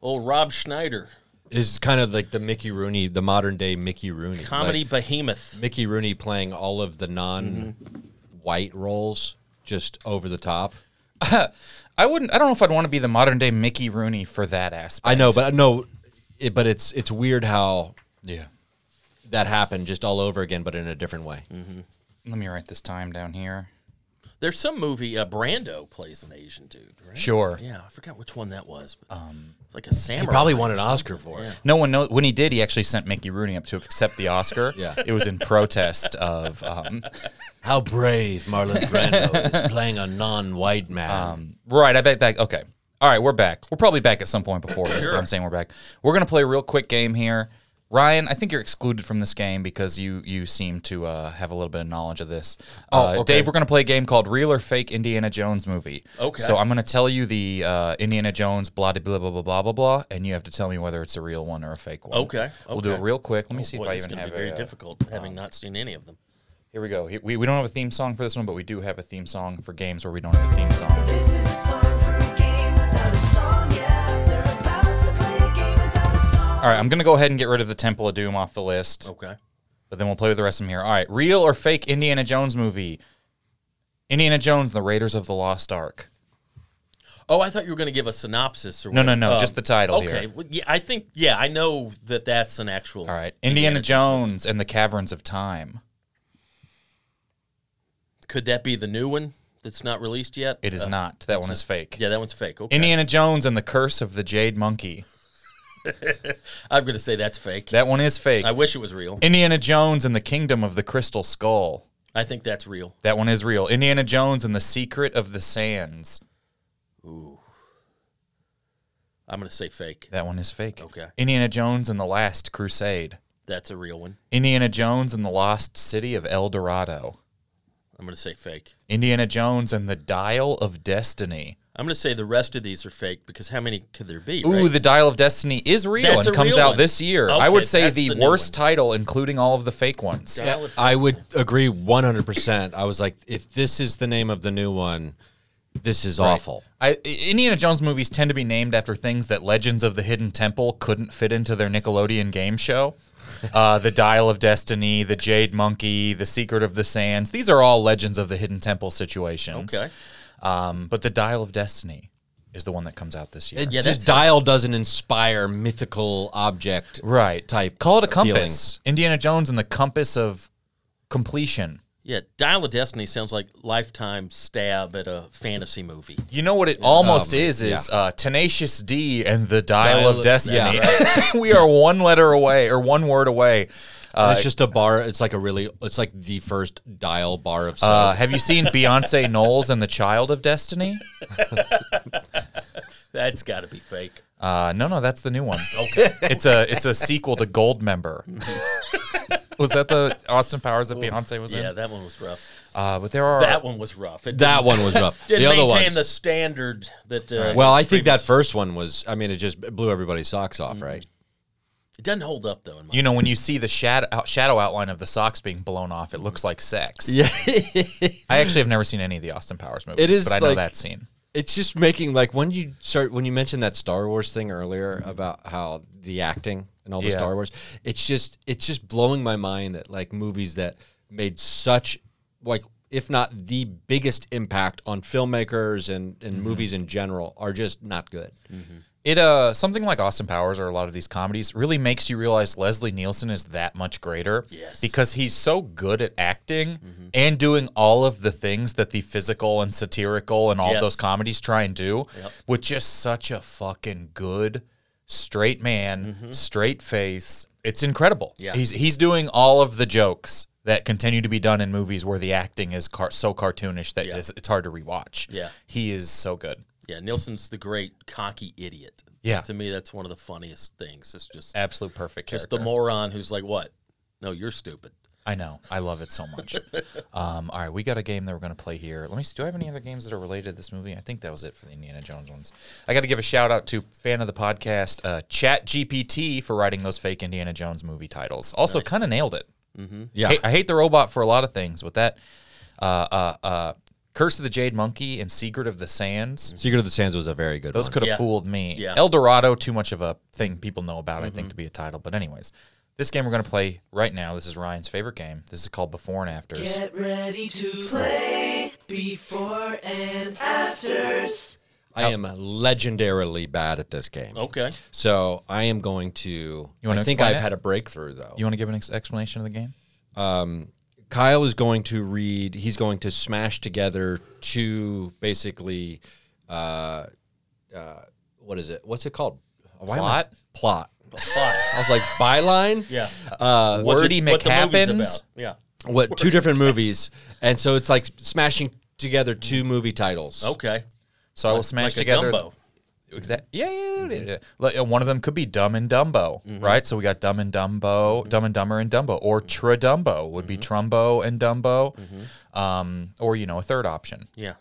Speaker 2: Old Oh, Rob Schneider,
Speaker 3: is kind of like the Mickey Rooney, the modern day Mickey Rooney.
Speaker 2: comedy
Speaker 3: Like,
Speaker 2: behemoth.
Speaker 3: Mickey Rooney playing all of the non white roles just over the top.
Speaker 1: I wouldn't. I don't know if I'd want to be the modern day Mickey Rooney for that aspect.
Speaker 3: I know, but I know it, but it's it's weird how
Speaker 1: yeah.
Speaker 3: that happened just all over again, but in a different way.
Speaker 1: Let me write this time down here.
Speaker 2: There's some movie uh, Brando plays an Asian dude, right?
Speaker 1: Sure.
Speaker 2: Yeah, I forgot which one that was. But it's like a samurai.
Speaker 3: Um, He probably won an Oscar for it.
Speaker 1: No one knows when he did. He actually sent Mickey Rooney up to accept the Oscar.
Speaker 3: Yeah.
Speaker 1: it was in protest of. Um,
Speaker 3: How brave Marlon Brando is playing a non-white man.
Speaker 1: right, I bet back. Okay, all right, we're back. We're probably back at some point before this, but I'm saying we're back. We're gonna play a real quick game here, Ryan. I think you're excluded from this game because you you seem to uh, have a little bit of knowledge of this. Oh, uh, Dave, we're gonna play a game called Real or Fake Indiana Jones Movie.
Speaker 2: Okay.
Speaker 1: So I'm gonna tell you the uh, Indiana Jones blah de- blah blah blah blah blah blah, and you have to tell me whether it's a real one or a fake one.
Speaker 2: Okay,
Speaker 1: We'll do
Speaker 2: okay.
Speaker 1: it real quick. Let me
Speaker 2: Oh,
Speaker 1: see
Speaker 2: boy,
Speaker 1: if I
Speaker 2: it's
Speaker 1: even
Speaker 2: gonna
Speaker 1: have
Speaker 2: be very
Speaker 1: a, uh,
Speaker 2: difficult having not seen any of them.
Speaker 1: Here we go. He- We, we don't have a theme song for this one, but we do have a theme song for games where we don't have a theme song.
Speaker 5: This is a song for a game without a song, yeah. They're about to play a game without a song.
Speaker 1: All right, I'm going to go ahead and get rid of the Temple of Doom off the list,
Speaker 2: Okay.
Speaker 1: but then we'll play with the rest of them here. All right, real or fake Indiana Jones movie? Indiana Jones, The Raiders of the Lost Ark.
Speaker 2: Oh, I thought you were going to give a synopsis. Or
Speaker 1: No, no,
Speaker 2: whatever.
Speaker 1: no, just the title
Speaker 2: Okay.
Speaker 1: here.
Speaker 2: Well, yeah, I think. Yeah, I know that that's an actual.
Speaker 1: All right, Indiana Jones and the Caverns of Time.
Speaker 2: Could that be the new one that's not released yet?
Speaker 1: It is
Speaker 2: Uh,
Speaker 1: not. That one is fake.
Speaker 2: Yeah, that one's fake. Okay.
Speaker 1: Indiana Jones and the Curse of the Jade Monkey.
Speaker 2: I'm going to say that's fake.
Speaker 1: That one is fake.
Speaker 2: I wish it was real.
Speaker 1: Indiana Jones and the Kingdom of the Crystal Skull.
Speaker 2: I think that's real.
Speaker 1: That one is real. Indiana Jones and the Secret of the Sands.
Speaker 2: I'm going to say fake.
Speaker 1: That one is fake.
Speaker 2: Okay.
Speaker 1: Indiana Jones and the Last Crusade.
Speaker 2: That's a real one.
Speaker 1: Indiana Jones and the Lost City of El Dorado.
Speaker 2: I'm going to say fake.
Speaker 1: Indiana Jones and the Dial of Destiny.
Speaker 2: I'm going to say the rest of these are fake because how many could there be?
Speaker 1: Ooh,
Speaker 2: right?
Speaker 1: the Dial of Destiny is real
Speaker 2: That's
Speaker 1: and
Speaker 2: a
Speaker 1: comes
Speaker 2: real
Speaker 1: out
Speaker 2: one.
Speaker 1: this year.
Speaker 2: Okay,
Speaker 1: I would say
Speaker 2: that's
Speaker 1: the,
Speaker 2: the new
Speaker 1: worst title, including all of the fake ones.
Speaker 2: Dial of
Speaker 3: I
Speaker 2: Destiny.
Speaker 3: would agree 100%. I was like, if this is the name of the new one, this is awful.
Speaker 1: I, Indiana Jones movies tend to be named after things that Legends of the Hidden Temple couldn't fit into their Nickelodeon game show. uh, the Dial of Destiny, the Jade Monkey, the Secret of the Sands. These are all legends of the Hidden Temple situations.
Speaker 2: Okay.
Speaker 1: Um, but the Dial of Destiny is the one that comes out this year.
Speaker 3: It
Speaker 2: Yeah, that's-
Speaker 3: just dial doesn't inspire mythical object
Speaker 1: right.
Speaker 3: type.
Speaker 1: Call it a compass.
Speaker 3: feelings.
Speaker 1: Indiana Jones and the Compass of Completion.
Speaker 2: Yeah, Dial of Destiny sounds like lifetime stab at a fantasy movie.
Speaker 1: You know what it almost is is uh, Tenacious D and the Dial,
Speaker 3: Dial-
Speaker 1: of Destiny.
Speaker 3: yeah,
Speaker 1: we are one letter away or one word away.
Speaker 2: Uh,
Speaker 3: And it's just a bar. It's like a really. It's like the first dial bar of.
Speaker 1: Uh,
Speaker 3: soap.
Speaker 1: have you seen Beyonce Knowles and the Child of Destiny?
Speaker 2: That's got to be fake.
Speaker 1: Uh, no, no, that's the new one. Okay, it's a it's a sequel to Gold Member. was that the Austin Powers that Beyonce was
Speaker 2: Yeah,
Speaker 1: in?
Speaker 2: that one was rough.
Speaker 1: Uh, but there are
Speaker 2: That one was rough. It
Speaker 3: that one was rough.
Speaker 2: didn't,
Speaker 3: the
Speaker 2: didn't
Speaker 3: other
Speaker 2: maintain
Speaker 3: one.
Speaker 2: the standard that. Uh,
Speaker 3: Well, I think that first one was. I mean, it just blew everybody's socks off, right?
Speaker 2: it doesn't hold up though. In my
Speaker 1: you know when you see the shadow out, shadow outline of the socks being blown off, it looks like sex. Yeah, I actually have never seen any of the Austin Powers movies.
Speaker 3: It is
Speaker 1: but I know
Speaker 3: like-
Speaker 1: that scene.
Speaker 3: It's just making like when you start when you mentioned that Star Wars thing earlier about how the acting and all the
Speaker 1: Yeah.
Speaker 3: Star Wars. It's just it's just blowing my mind that like movies that made such like if not the biggest impact on filmmakers and and
Speaker 1: Mm-hmm.
Speaker 3: movies in general are just not good.
Speaker 1: It uh something like Austin Powers or a lot of these comedies really makes you realize Leslie Nielsen is that much greater.
Speaker 2: Yes. Mm-hmm.
Speaker 1: Because he's so good at acting and doing all of the things that the physical and satirical and all
Speaker 2: Yes.
Speaker 1: those comedies try and do with just such a fucking good straight man, straight face. It's incredible.
Speaker 2: Mm-hmm. Yeah.
Speaker 1: He's he's doing all of the jokes that continue to be done in movies where the acting is car- so cartoonish that it's, it's hard to rewatch.
Speaker 2: Yeah.
Speaker 1: He is so good.
Speaker 2: yeah, Nielsen's the great cocky idiot.
Speaker 1: Yeah.
Speaker 2: to me, that's one of the funniest things. It's just
Speaker 1: Absolute perfect
Speaker 2: just
Speaker 1: character.
Speaker 2: the moron who's like, "What? No, you're stupid."
Speaker 1: I know. I love it so much. um, all right, we got a game that we're going to play here. Let me see. Do I have any other games that are related to this movie? I think that was it for the Indiana Jones ones. I got to give a shout out to fan of the podcast, uh, Chat GPT, for writing those fake Indiana Jones movie titles. Also, kind of nailed it.
Speaker 3: Yeah.
Speaker 1: Hate- I hate the robot for a lot of things, but that uh, uh, uh, Curse of the Jade Monkey and Secret of the Sands.
Speaker 3: Secret of the Sands was a very good
Speaker 1: Those
Speaker 3: one.
Speaker 1: could have
Speaker 2: Um, Yeah.
Speaker 1: fooled me.
Speaker 2: Yeah. Mm-hmm.
Speaker 1: El Dorado, too much of a thing people know about, I think, to be a title. But anyways, this game we're going to play right now. This is Ryan's favorite game. This is called Before and Afters.
Speaker 6: Get ready to play before and afters.
Speaker 3: I am legendarily bad at this game.
Speaker 2: Okay,
Speaker 3: So I am going to.
Speaker 1: You wanna
Speaker 3: I think
Speaker 1: explain
Speaker 3: I've
Speaker 1: it?
Speaker 3: had a breakthrough though.
Speaker 1: You want to give an ex- explanation of the game?
Speaker 3: Kyle is going to read. He's going to smash together two basically. Uh, uh, what is it? What's it called? Why am I-
Speaker 1: Plot?
Speaker 3: Plot. I was like byline.
Speaker 2: yeah.
Speaker 3: Uh,
Speaker 2: What
Speaker 1: Wordy
Speaker 2: what the movie's
Speaker 1: McHappens?
Speaker 2: about. Yeah.
Speaker 3: what two different movies, and so it's like smashing together two movie titles.
Speaker 2: Okay.
Speaker 1: So I will smash
Speaker 2: like a
Speaker 1: together.
Speaker 2: Dumbo.
Speaker 1: Exact- Yeah, yeah, yeah, yeah, yeah. Like, uh, One of them could be Dumb and Dumbo,
Speaker 2: Mm-hmm.
Speaker 1: right? So we got Dumb and Dumbo, Dumb and Dumber and Dumbo, or
Speaker 2: Mm-hmm.
Speaker 1: Trudumbo would be Trumbo and Dumbo, um, or you know, a third option.
Speaker 2: Yeah.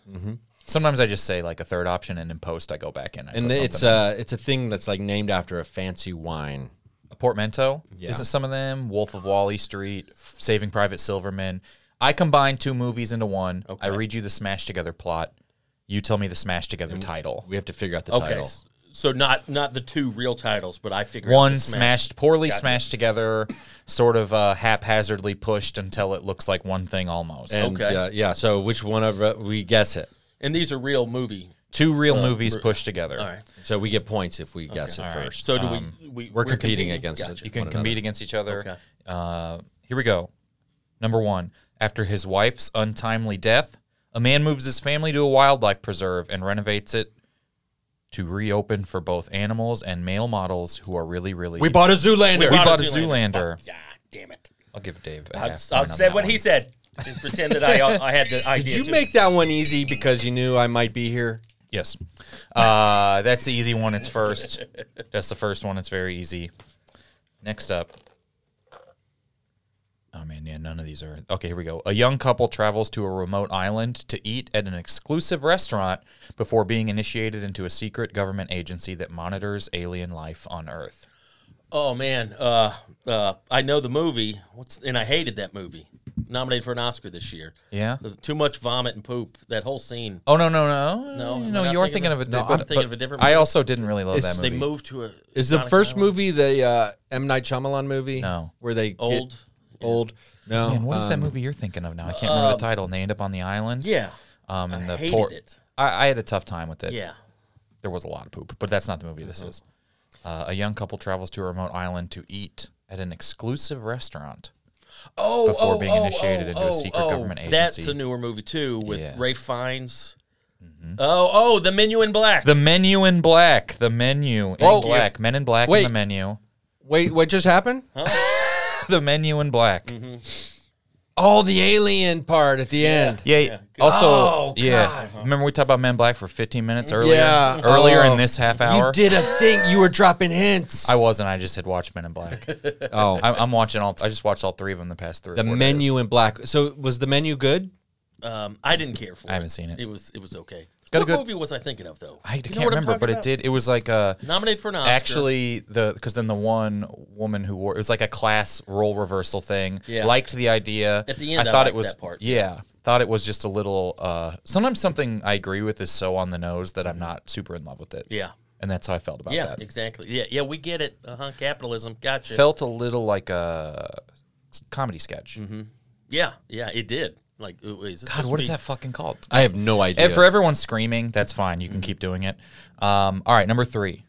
Speaker 1: Sometimes I just say like a third option, and in post I go back in. I
Speaker 3: And
Speaker 1: put
Speaker 3: th- it's
Speaker 1: something
Speaker 3: a it's a thing that's like named after a fancy wine.
Speaker 1: a portmanteau. Isn't some of them Wolf of Wall E Street, Saving Private Silverman? I combine two movies into one. I read you the smash together plot. You tell me the smash together title.
Speaker 3: We have to figure out the
Speaker 2: Okay.
Speaker 3: title.
Speaker 2: s- So not not the two real titles, but I figured out
Speaker 1: one
Speaker 2: the
Speaker 1: smashed, poorly smashed together, sort of uh, haphazardly pushed until it looks like one thing almost.
Speaker 3: And,
Speaker 2: Okay.
Speaker 3: uh, yeah. So which one of uh, we guess it?
Speaker 2: And these are real movie.
Speaker 1: Two real movies pushed together.
Speaker 2: All right.
Speaker 3: So we get points if we guess it first.
Speaker 2: So do we, we? We're,
Speaker 3: competing against
Speaker 2: Gotcha.
Speaker 3: it.
Speaker 1: You can
Speaker 3: one
Speaker 1: compete
Speaker 3: another.
Speaker 1: against each other.
Speaker 2: Okay.
Speaker 1: Uh, here we go. Number one. After his wife's untimely death, a man moves his family to a wildlife preserve and renovates it to reopen for both animals and male models who are really, really.
Speaker 3: We bought a Zoolander.
Speaker 1: We bought a Zoolander.
Speaker 2: Fuck, Yeah, damn it.
Speaker 1: I'll give Dave. a
Speaker 2: I
Speaker 1: half point on
Speaker 2: said
Speaker 1: that
Speaker 2: what
Speaker 1: one.
Speaker 2: he said. and Pretend that I I had the idea.
Speaker 3: Did you
Speaker 2: too.
Speaker 3: make that one easy because you knew I might be here?
Speaker 1: Yes. Uh, that's the easy one. It's first. That's the first one. It's very easy. Next up. Oh, man. Yeah, none of these are. Okay, here we go. A young couple travels to a remote island to eat at an exclusive restaurant before being initiated into a secret government agency that monitors alien life on Earth.
Speaker 2: Oh man, uh, uh, I know the movie. What's and I hated that movie. nominated for an Oscar this year.
Speaker 1: Yeah.
Speaker 2: There's too much vomit and poop. That whole scene.
Speaker 1: Oh no no no
Speaker 2: No, I'm
Speaker 1: no!
Speaker 2: not
Speaker 1: You're
Speaker 2: thinking
Speaker 1: thinking,
Speaker 2: of-
Speaker 1: of a.
Speaker 2: no,
Speaker 1: di-
Speaker 2: I'm
Speaker 1: but-
Speaker 2: thinking
Speaker 1: but
Speaker 2: of a different
Speaker 1: I
Speaker 2: movie.
Speaker 1: also didn't really love
Speaker 3: It's-
Speaker 1: that
Speaker 2: They
Speaker 1: movie.
Speaker 2: moved to a.
Speaker 3: Is the
Speaker 2: Sonic
Speaker 3: first
Speaker 2: Island.
Speaker 3: movie the uh, M Night Shyamalan movie?
Speaker 1: No.
Speaker 3: where they get
Speaker 2: Old?
Speaker 3: old. No,
Speaker 1: Man, what is that
Speaker 3: um,
Speaker 1: movie you're thinking of now? I can't remember
Speaker 2: um,
Speaker 1: the title. And they end up on the island.
Speaker 2: Yeah.
Speaker 1: Um, and
Speaker 2: I
Speaker 1: the
Speaker 2: hated
Speaker 1: port-
Speaker 2: it.
Speaker 1: I, I had a tough time with it.
Speaker 2: Yeah. Mm-hmm.
Speaker 1: There was a lot of poop, but that's not the movie this is. Uh, a young couple travels to a remote island to eat at an exclusive restaurant.
Speaker 2: Oh,
Speaker 1: Before
Speaker 2: oh,
Speaker 1: being
Speaker 2: oh,
Speaker 1: initiated
Speaker 2: oh,
Speaker 1: into a
Speaker 2: oh,
Speaker 1: secret
Speaker 2: oh.
Speaker 1: government
Speaker 2: That's
Speaker 1: agency.
Speaker 2: a newer movie too with
Speaker 1: Yeah. Mm-hmm.
Speaker 2: Ray Fiennes. Oh, oh, the menu in black.
Speaker 1: The menu in black. The menu in
Speaker 2: Oh,
Speaker 3: Whoa.
Speaker 1: black. Men in black
Speaker 3: Wait.
Speaker 1: in the menu.
Speaker 3: Wait, what just happened?
Speaker 1: The menu in black.
Speaker 2: Mm-hmm.
Speaker 3: Oh, the alien part at the end.
Speaker 1: Yeah. Also,
Speaker 3: Oh,
Speaker 1: yeah.
Speaker 3: God.
Speaker 1: Remember we talked about Men in Black for 15 minutes earlier? Earlier
Speaker 3: Oh.
Speaker 1: in this half hour.
Speaker 3: you did a thing. You were dropping hints.
Speaker 1: I wasn't. I just had watched Men in Black.
Speaker 3: Oh,
Speaker 1: I, I'm watching all. I just watched all three of them the past three. or
Speaker 3: the
Speaker 1: four days.
Speaker 3: menu in black. So was the menu good?
Speaker 2: um, I didn't care for it.
Speaker 1: I haven't seen it.
Speaker 2: It was it was okay.
Speaker 1: got a
Speaker 2: what
Speaker 1: good-
Speaker 2: movie was I thinking of though?
Speaker 1: I
Speaker 2: You know
Speaker 1: can't
Speaker 2: what I'm
Speaker 1: remember,
Speaker 2: talking
Speaker 1: but it
Speaker 2: about?
Speaker 1: did. It was like a
Speaker 2: Nominated for an Oscar.
Speaker 1: actually the because then the one woman who wore it was like a class role reversal thing.
Speaker 2: Yeah.
Speaker 1: Liked the idea.
Speaker 2: At the end, I
Speaker 1: thought it
Speaker 2: liked
Speaker 1: was
Speaker 2: that part.
Speaker 1: Yeah, thought it was just a little. uh Sometimes something I agree with is so on the nose that I'm not super in love with it.
Speaker 2: Yeah.
Speaker 1: and that's how I felt about
Speaker 2: Yeah,
Speaker 1: that.
Speaker 2: exactly. Yeah, yeah, we get it. Uh huh. Capitalism. Gotcha.
Speaker 1: Felt a little like a s- comedy sketch.
Speaker 2: Mm-hmm. yeah, yeah, it did. Like, ooh, is this
Speaker 1: God,
Speaker 2: supposed
Speaker 1: what
Speaker 2: to
Speaker 1: is
Speaker 2: be-
Speaker 1: that fucking called?
Speaker 3: I have no idea.
Speaker 1: And for everyone screaming, that's fine.
Speaker 3: Mm-hmm.
Speaker 1: You can keep doing it. Um, all right, number three.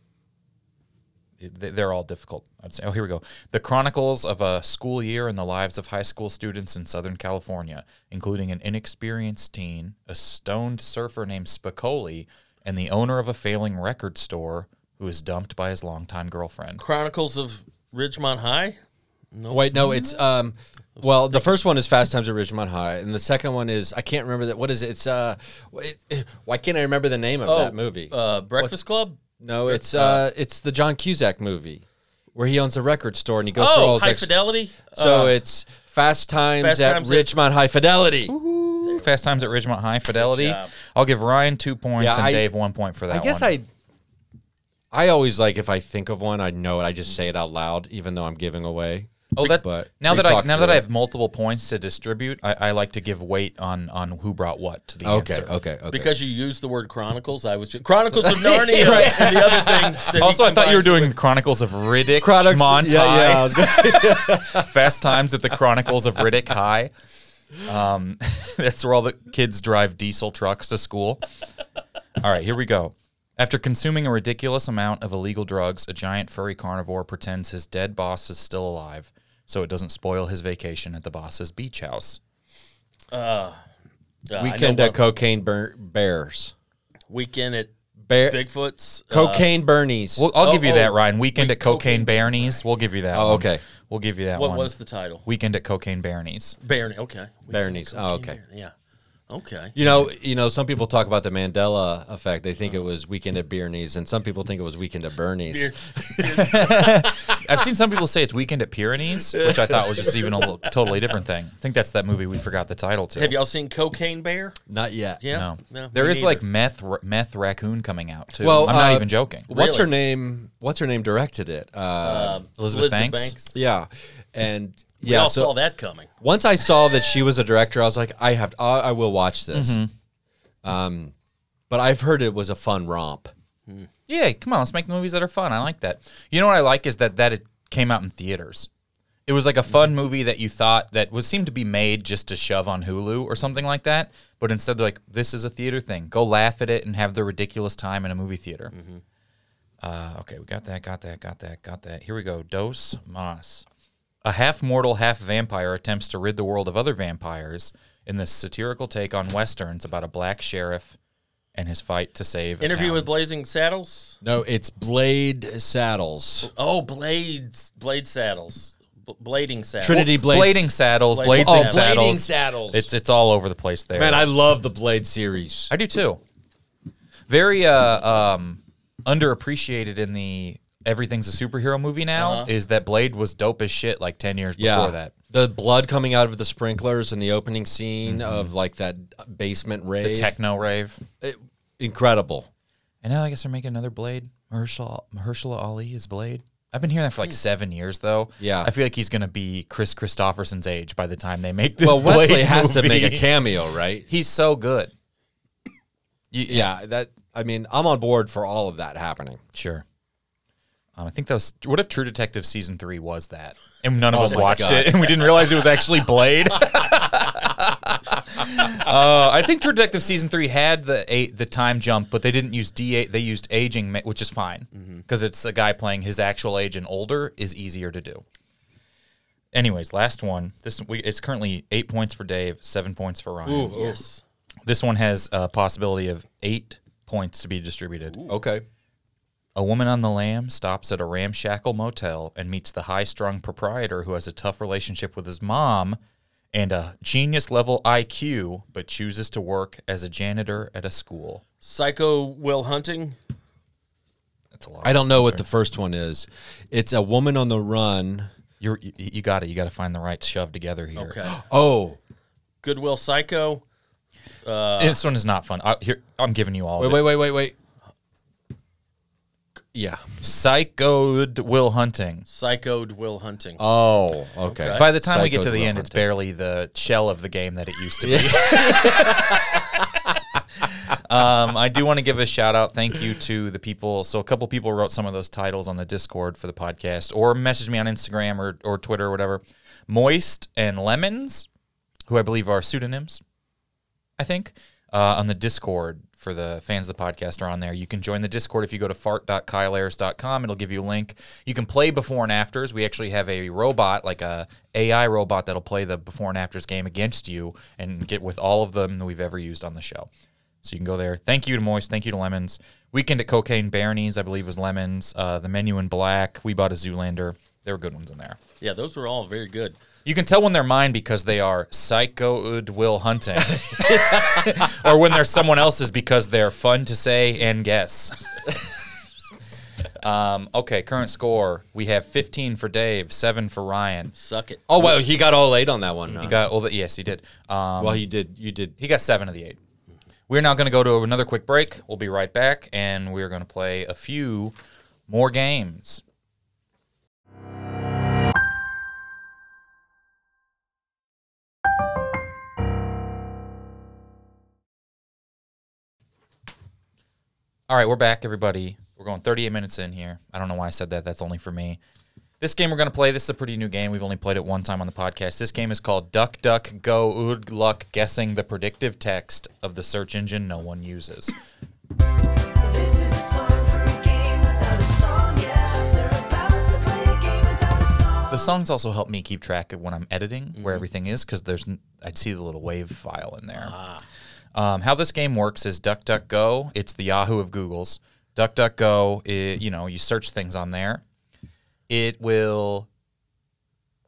Speaker 1: Th- They're all difficult. I'd say. Oh, here we go. The Chronicles of a School Year and the Lives of High School Students in Southern California, including an inexperienced teen, a stoned surfer named Spicoli, and the owner of a failing record store who is dumped by his longtime girlfriend.
Speaker 2: Chronicles of Ridgemont High?
Speaker 3: Wait, no, it's
Speaker 2: Mm-hmm.
Speaker 3: um. Well, the first one is Fast Times at Ridgemont High, and the second one is I can't remember that. What is it? It's uh, wh- it- why can't I remember the name of that movie?
Speaker 2: Uh, Breakfast Club?
Speaker 3: no, it's uh, it's the John Cusack movie where he owns a record store and he goes through all
Speaker 2: Oh,
Speaker 3: his
Speaker 2: High
Speaker 3: ex-
Speaker 2: Fidelity?
Speaker 3: So
Speaker 2: Uh,
Speaker 3: it's Fast Times
Speaker 2: Fast
Speaker 3: at
Speaker 2: Times at-
Speaker 3: Richmond High Fidelity.
Speaker 1: Fast Times at Ridgemont High Fidelity.
Speaker 2: job.
Speaker 1: I'll give Ryan two points
Speaker 3: Yeah,
Speaker 1: and
Speaker 3: I-
Speaker 1: Dave one point for that.
Speaker 3: I guess
Speaker 1: one.
Speaker 3: I. I always like if I think of one, I know it. I just say it out loud, even though I'm giving away.
Speaker 1: Oh, that
Speaker 3: But
Speaker 1: now
Speaker 3: we
Speaker 1: that I
Speaker 3: talked
Speaker 1: now
Speaker 3: through
Speaker 1: that I
Speaker 3: it.
Speaker 1: have multiple points to distribute, I, I like to give weight on on who brought what to the
Speaker 3: Okay,
Speaker 1: answer.
Speaker 3: okay, okay.
Speaker 2: Because you used the word Chronicles, I was just, Chronicles of Narnia. And the other thing. that he
Speaker 1: Also, I thought you were
Speaker 2: combines
Speaker 1: doing
Speaker 2: with-
Speaker 1: Chronicles of Riddick
Speaker 3: Products-
Speaker 1: Montai,
Speaker 3: yeah, yeah. I was gonna-
Speaker 1: Fast Times at the Chronicles of Riddick High. Um, that's where all the kids drive diesel trucks to school. All right, here we go. After consuming a ridiculous amount of illegal drugs, a giant furry carnivore pretends his dead boss is still alive, so it doesn't spoil his vacation at the boss's beach house.
Speaker 2: Uh, I know
Speaker 3: Weekend
Speaker 2: one-
Speaker 3: at Cocaine Bur- Bears.
Speaker 2: Weekend at
Speaker 3: Bear,
Speaker 2: Bigfoot's. uh,
Speaker 3: cocaine Bernies.
Speaker 1: Well, I'll
Speaker 2: Oh,
Speaker 1: give you
Speaker 2: oh,
Speaker 1: that, Ryan. Weekend at Cocaine
Speaker 2: Cocaine
Speaker 1: Baronies. We'll give you that.
Speaker 3: Oh,
Speaker 1: one.
Speaker 3: okay.
Speaker 1: We'll give you that
Speaker 2: what
Speaker 1: one.
Speaker 2: was the title?
Speaker 1: Weekend at Cocaine Baronies?
Speaker 2: Barony. Okay. Weekend
Speaker 3: Baronies.
Speaker 2: at
Speaker 3: Oh,
Speaker 2: Cocaine
Speaker 3: okay.
Speaker 2: Barony, Yeah. Okay.
Speaker 3: you know, you know. Some people talk about the Mandela effect. They think it was Weekend at Bernie's, and some people think it was Weekend at Bernie's.
Speaker 1: I've seen some people say it's Weekend at Pyrenees, which I thought was just even a little, totally different thing. I think that's that movie we forgot the title to.
Speaker 2: Have y'all seen Cocaine Bear?
Speaker 3: Not yet.
Speaker 2: Yeah.
Speaker 1: No.
Speaker 2: no
Speaker 1: there
Speaker 2: me
Speaker 1: is like
Speaker 2: neither.
Speaker 1: meth r- meth raccoon coming out too.
Speaker 3: Well,
Speaker 1: I'm not
Speaker 3: uh,
Speaker 1: even joking.
Speaker 3: What's her
Speaker 2: Really?
Speaker 3: name? What's her name directed it? Uh,
Speaker 2: Um,
Speaker 1: Elizabeth Banks?
Speaker 3: yeah, and yeah.
Speaker 2: We all
Speaker 3: so
Speaker 2: saw that coming.
Speaker 3: once I saw that she was a director, I was like, I have, I, I will watch this. Um, but I've heard it was a fun romp.
Speaker 1: Yeah, come on, let's make movies that are fun. I like that. You know what I like is that that it came out in theaters. It was like a
Speaker 2: Mm-hmm.
Speaker 1: fun movie that you thought that was seemed to be made just to shove on Hulu or something like that. But instead, they're like, "This is a theater thing. Go laugh at it and have the ridiculous time in a movie theater."
Speaker 2: Mm-hmm.
Speaker 1: Uh, okay, we got that, got that, got that, got that. Here we go. Dos Mas. A half mortal, half vampire attempts to rid the world of other vampires in this satirical take on westerns about a black sheriff and his fight to save. a
Speaker 2: Interview
Speaker 1: town.
Speaker 2: with Blazing Saddles.
Speaker 3: No, it's Blade Saddles.
Speaker 2: Oh, blades, blade saddles, B- blading saddles.
Speaker 3: Trinity Blades.
Speaker 1: Blading saddles,
Speaker 2: Blading
Speaker 1: blades
Speaker 2: Oh,
Speaker 1: and
Speaker 2: blading
Speaker 1: saddles.
Speaker 3: saddles.
Speaker 1: It's it's all over the place there.
Speaker 3: Man, I love the Blade series.
Speaker 1: I do too. Very uh, um, underappreciated in the everything's a superhero movie now
Speaker 3: Uh-huh.
Speaker 1: is that Blade was dope as shit like ten years before that.
Speaker 3: The blood coming out of the sprinklers in the opening scene of like that basement rave.
Speaker 1: The techno rave,
Speaker 3: It- incredible.
Speaker 1: and now I guess they're making another Blade. Mahershala Mahershala Ali is Blade. I've been hearing that for like seven years, though.
Speaker 3: Hmm. Yeah.
Speaker 1: I feel like he's going to be Chris Christopherson's age by the time they make this.
Speaker 3: Well, Wesley
Speaker 1: Blade
Speaker 3: has to make a
Speaker 1: movie.
Speaker 3: cameo, right?
Speaker 1: He's so good.
Speaker 3: Y- Yeah, that. I mean, I'm on board for all of that happening.
Speaker 1: Sure. Um, I think that was. What if True Detective season three was that, and none of
Speaker 3: Oh
Speaker 1: us
Speaker 3: my
Speaker 1: watched
Speaker 3: God.
Speaker 1: it, and we didn't realize it was actually Blade? uh, I think True Detective season three had the a, the time jump, but they didn't use D. They used aging, ma- which is fine
Speaker 3: Mm-hmm.
Speaker 1: because it's a guy playing his actual age and older is easier to do. Anyways, last one. This we, it's currently eight points for Dave, seven points for Ryan.
Speaker 2: Yes.
Speaker 1: This one has a possibility of eight points to be distributed.
Speaker 3: Okay.
Speaker 1: A woman on the lam stops at a ramshackle motel and meets the high strung proprietor who has a tough relationship with his mom and a genius level IQ, but chooses to work as a janitor at a school.
Speaker 2: Psycho Will Hunting.
Speaker 1: That's a lot.
Speaker 3: I don't know what the first one is. It's a woman on the run.
Speaker 1: You're, you you got it. You got to find the right shove together here.
Speaker 2: Okay.
Speaker 3: Oh,
Speaker 2: Goodwill Psycho.
Speaker 1: this one is not fun. I, here, I'm giving you all.
Speaker 3: wait,
Speaker 1: of it.
Speaker 3: wait, wait, wait, wait. Yeah.
Speaker 1: Psychoed Will Hunting.
Speaker 2: Psychoed Will Hunting.
Speaker 3: Oh, okay.
Speaker 1: By the time we get
Speaker 3: Psychoed
Speaker 1: to the
Speaker 3: Will
Speaker 1: end, it's barely the shell of the game that it used to be. um, I do want to give a shout out. Thank you to the people. So a couple people wrote some of those titles on the Discord for the podcast, or messaged me on Instagram or or Twitter or whatever. Moist and Lemons, who I believe are pseudonyms, I think, uh, on the Discord for the fans of the podcast are on there. You can join the Discord if you go to fart.kyleairs.com. It'll give you a link. You can play before and afters. We actually have a robot, like a AI robot that'll play the before and afters game against you and get with all of them that we've ever used on the show. So you can go there. Thank you to Moist. Thank you to Lemons. Weekend at Cocaine Baronies, I believe, was Lemons. Uh, the Menu in Black. We bought a Zoolander. There were good ones in there.
Speaker 2: yeah, those were all very good.
Speaker 1: You can tell when they're mine because they are psychoed will hunting, or when they're someone else's because they're fun to say and guess. um, okay, current score we have 15 for Dave, seven for Ryan.
Speaker 2: Suck it.
Speaker 3: Oh, well, he got all late on that one.
Speaker 1: He
Speaker 3: huh?
Speaker 1: got all the yes, he did. Um,
Speaker 3: Uh-huh. well, you did. You did.
Speaker 1: he got seven of the eight. We're now going to go to another quick break. We'll be right back, and we're going to play a few more games. All right, we're back, everybody. We're going 38 minutes in here. I don't know why I said that. That's only for me. This game we're going to play, this is a pretty new game. We've only played it one time on the podcast. This game is called Duck Duck Go Ood Luck Guessing the Predictive Text of the Search Engine No One Uses.
Speaker 6: This is a song for a game without a song, yeah. They're about to play a game without a song.
Speaker 1: The songs also help me keep track of when I'm editing where everything is because there's n- I'd see the little wave file in there. Um, how this game works is DuckDuckGo. It's the Yahoo of Google's. DuckDuckGo. It, you know, you search things on there. It will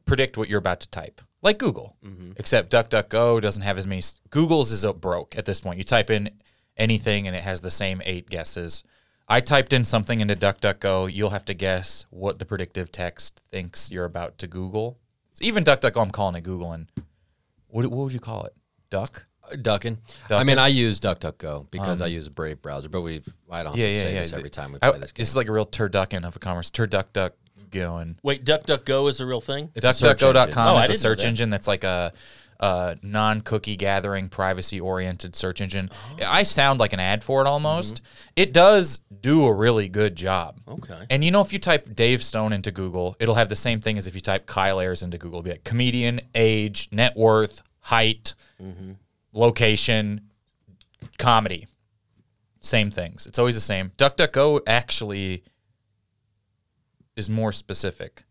Speaker 1: predict what you're about to type, like Google.
Speaker 3: Mm-hmm.
Speaker 1: Except DuckDuckGo doesn't have as many. s- Google's is up broke at this point. You type in anything and it has the same eight guesses. I typed in something into DuckDuckGo. You'll have to guess what the predictive text thinks you're about to Google. Even DuckDuckGo, I'm calling it Google. And what, what would you call it? Duck?
Speaker 3: Ducking. I mean, I use DuckDuckGo
Speaker 1: Um.
Speaker 3: because I use a Brave browser, but we've I don't have to say this every time we play
Speaker 1: I-
Speaker 3: this game.
Speaker 1: This is like a real turducken of a commerce. Turduckduck going.
Speaker 2: Wait, DuckDuckGo is a real thing?
Speaker 3: It's a search
Speaker 1: DuckDuckGo.com
Speaker 2: engine. Oh, I
Speaker 1: is
Speaker 2: didn't
Speaker 1: a
Speaker 2: know
Speaker 1: search
Speaker 2: that.
Speaker 1: engine that's like a, a non cookie gathering, privacy oriented search engine.
Speaker 2: Oh.
Speaker 1: I sound like an ad for it almost. It does do a really good job.
Speaker 2: Mm-hmm. Okay.
Speaker 1: And you know, if you type Dave Stone into Google, it'll have the same thing as if you type Kyle Ayers into Google. It'll be like comedian, age, net worth, height,
Speaker 2: Mm-hmm.
Speaker 1: location, comedy. Same things. It's always the same. DuckDuckGo actually is more specific.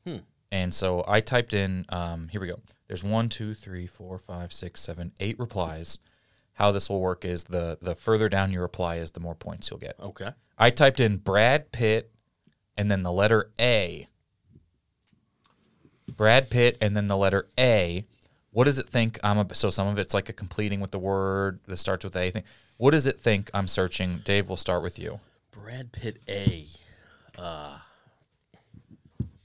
Speaker 1: And so I typed in, um, here we go. There's one, two, three, four, five, six, seven, eight replies. How this will work is the the further down your reply is, the more points you'll get.
Speaker 2: Okay.
Speaker 1: I typed in Brad Pitt and then the letter A. Brad Pitt and then the letter A. What does it think I'm a, so some of it's like a completing with the word that starts with A thing. What does it think I'm searching? Dave, we'll start with you.
Speaker 2: Brad Pitt A. Uh,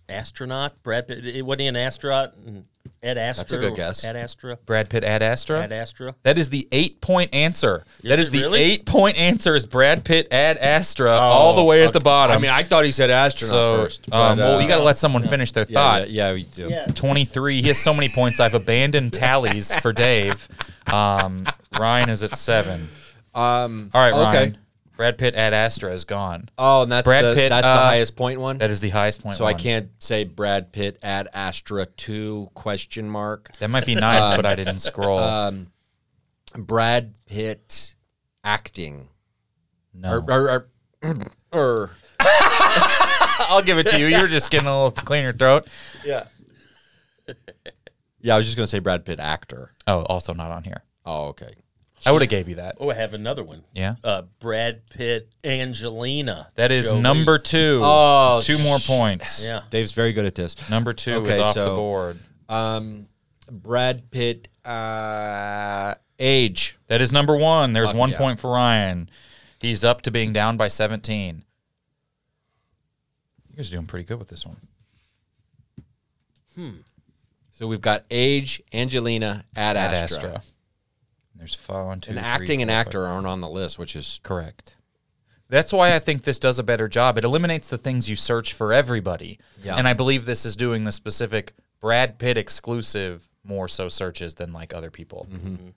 Speaker 2: astronaut? Brad Pitt. It, wasn't he an astronaut? And Ad Astra.
Speaker 3: a good guess.
Speaker 2: Ad Astra.
Speaker 1: Brad Pitt Ad Astra.
Speaker 2: Ad Astra.
Speaker 1: That is the eight point answer. that
Speaker 2: it
Speaker 1: is the
Speaker 2: really?
Speaker 1: eight point answer is Brad Pitt ad Astra all the way at the bottom.
Speaker 3: Oh, I mean, I thought he said astronaut
Speaker 1: so
Speaker 3: first.
Speaker 1: um,
Speaker 3: but,
Speaker 1: well,
Speaker 3: uh,
Speaker 1: you got to let someone finish their
Speaker 3: yeah,
Speaker 1: thought.
Speaker 3: yeah, yeah, we do.
Speaker 2: Yeah.
Speaker 1: 23. He has so many points. I've abandoned tallies for Dave. Um, Ryan is at seven. Um, all right,
Speaker 3: okay.
Speaker 1: Ryan. Brad Pitt ad Astra is gone.
Speaker 3: Oh, and that's
Speaker 1: Brad
Speaker 3: the,
Speaker 1: Pitt,
Speaker 3: that's
Speaker 1: uh,
Speaker 3: the highest point one.
Speaker 1: That is the highest point.
Speaker 3: so I
Speaker 1: one.
Speaker 3: can't say Brad Pitt at Astra two question mark.
Speaker 1: That might be ninth, but I
Speaker 3: uh,
Speaker 1: didn't scroll.
Speaker 3: Brad Pitt acting
Speaker 1: no.
Speaker 3: or or, or, or
Speaker 1: I'll give it to you. You're just getting a little to clean your throat.
Speaker 3: yeah, I was just gonna say Brad Pitt actor.
Speaker 1: Oh, also not on here.
Speaker 3: Oh, okay.
Speaker 1: I would have gave you that.
Speaker 2: Oh, I have another one.
Speaker 1: Yeah.
Speaker 2: Uh, Brad Pitt, Angelina.
Speaker 1: That is
Speaker 2: Jolie.
Speaker 1: number two.
Speaker 3: Oh,
Speaker 1: Two more points.
Speaker 2: Yeah.
Speaker 3: Dave's very good at this.
Speaker 1: Number two is
Speaker 3: Okay,
Speaker 1: off the
Speaker 3: so-
Speaker 1: board.
Speaker 3: Um, Brad Pitt uh, age.
Speaker 1: That is number one. There's one
Speaker 3: yeah.
Speaker 1: point for Ryan. He's up to being down by 17. You guys are doing pretty good with this one.
Speaker 3: So we've got age, Angelina, at
Speaker 1: Ad
Speaker 3: Astra.
Speaker 1: Astra. There's four, one, two,
Speaker 3: And
Speaker 1: three,
Speaker 3: acting and
Speaker 1: four, five.
Speaker 3: actor aren't on the list, which is
Speaker 1: Correct. That's why I think this does a better job. It eliminates the things you search for everybody.
Speaker 3: Yeah.
Speaker 1: And I believe this is doing the specific Brad Pitt exclusive more so searches than like other people.
Speaker 3: Mm-hmm.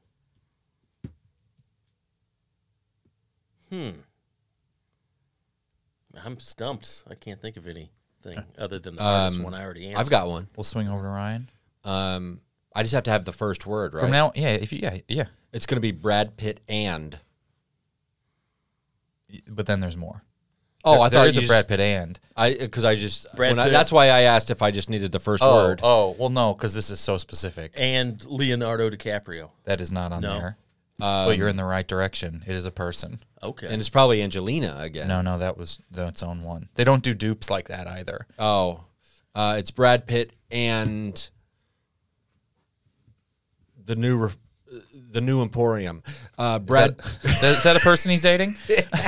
Speaker 2: I'm stumped. I can't think of anything other than the
Speaker 3: Um,
Speaker 2: hardest one I already answered.
Speaker 3: I've got one.
Speaker 1: We'll swing over to Ryan.
Speaker 3: Um, I just have to have the first word right.
Speaker 1: From now, yeah, if you, yeah, yeah.
Speaker 3: it's going to be Brad Pitt and.
Speaker 1: But then there's more.
Speaker 3: Oh,
Speaker 1: There-
Speaker 3: I
Speaker 1: there
Speaker 3: thought
Speaker 1: is
Speaker 3: you
Speaker 1: a
Speaker 3: just-
Speaker 1: Brad Pitt and.
Speaker 3: I because I just
Speaker 2: Brad
Speaker 3: when I,
Speaker 2: Pitt.
Speaker 3: that's why I asked if I just needed the first
Speaker 1: Oh,
Speaker 3: word.
Speaker 1: oh, well, no, because this is so specific.
Speaker 2: and Leonardo DiCaprio.
Speaker 1: That is not on
Speaker 2: No.
Speaker 1: there. but you're in the right direction. It is a person.
Speaker 2: Okay.
Speaker 3: And it's probably Angelina again.
Speaker 1: No, no, that was its own one. They don't do dupes like that either.
Speaker 3: Oh, uh, it's Brad Pitt and the new re- the new Emporium. Uh, Brad.
Speaker 1: Is that, is that a person he's dating?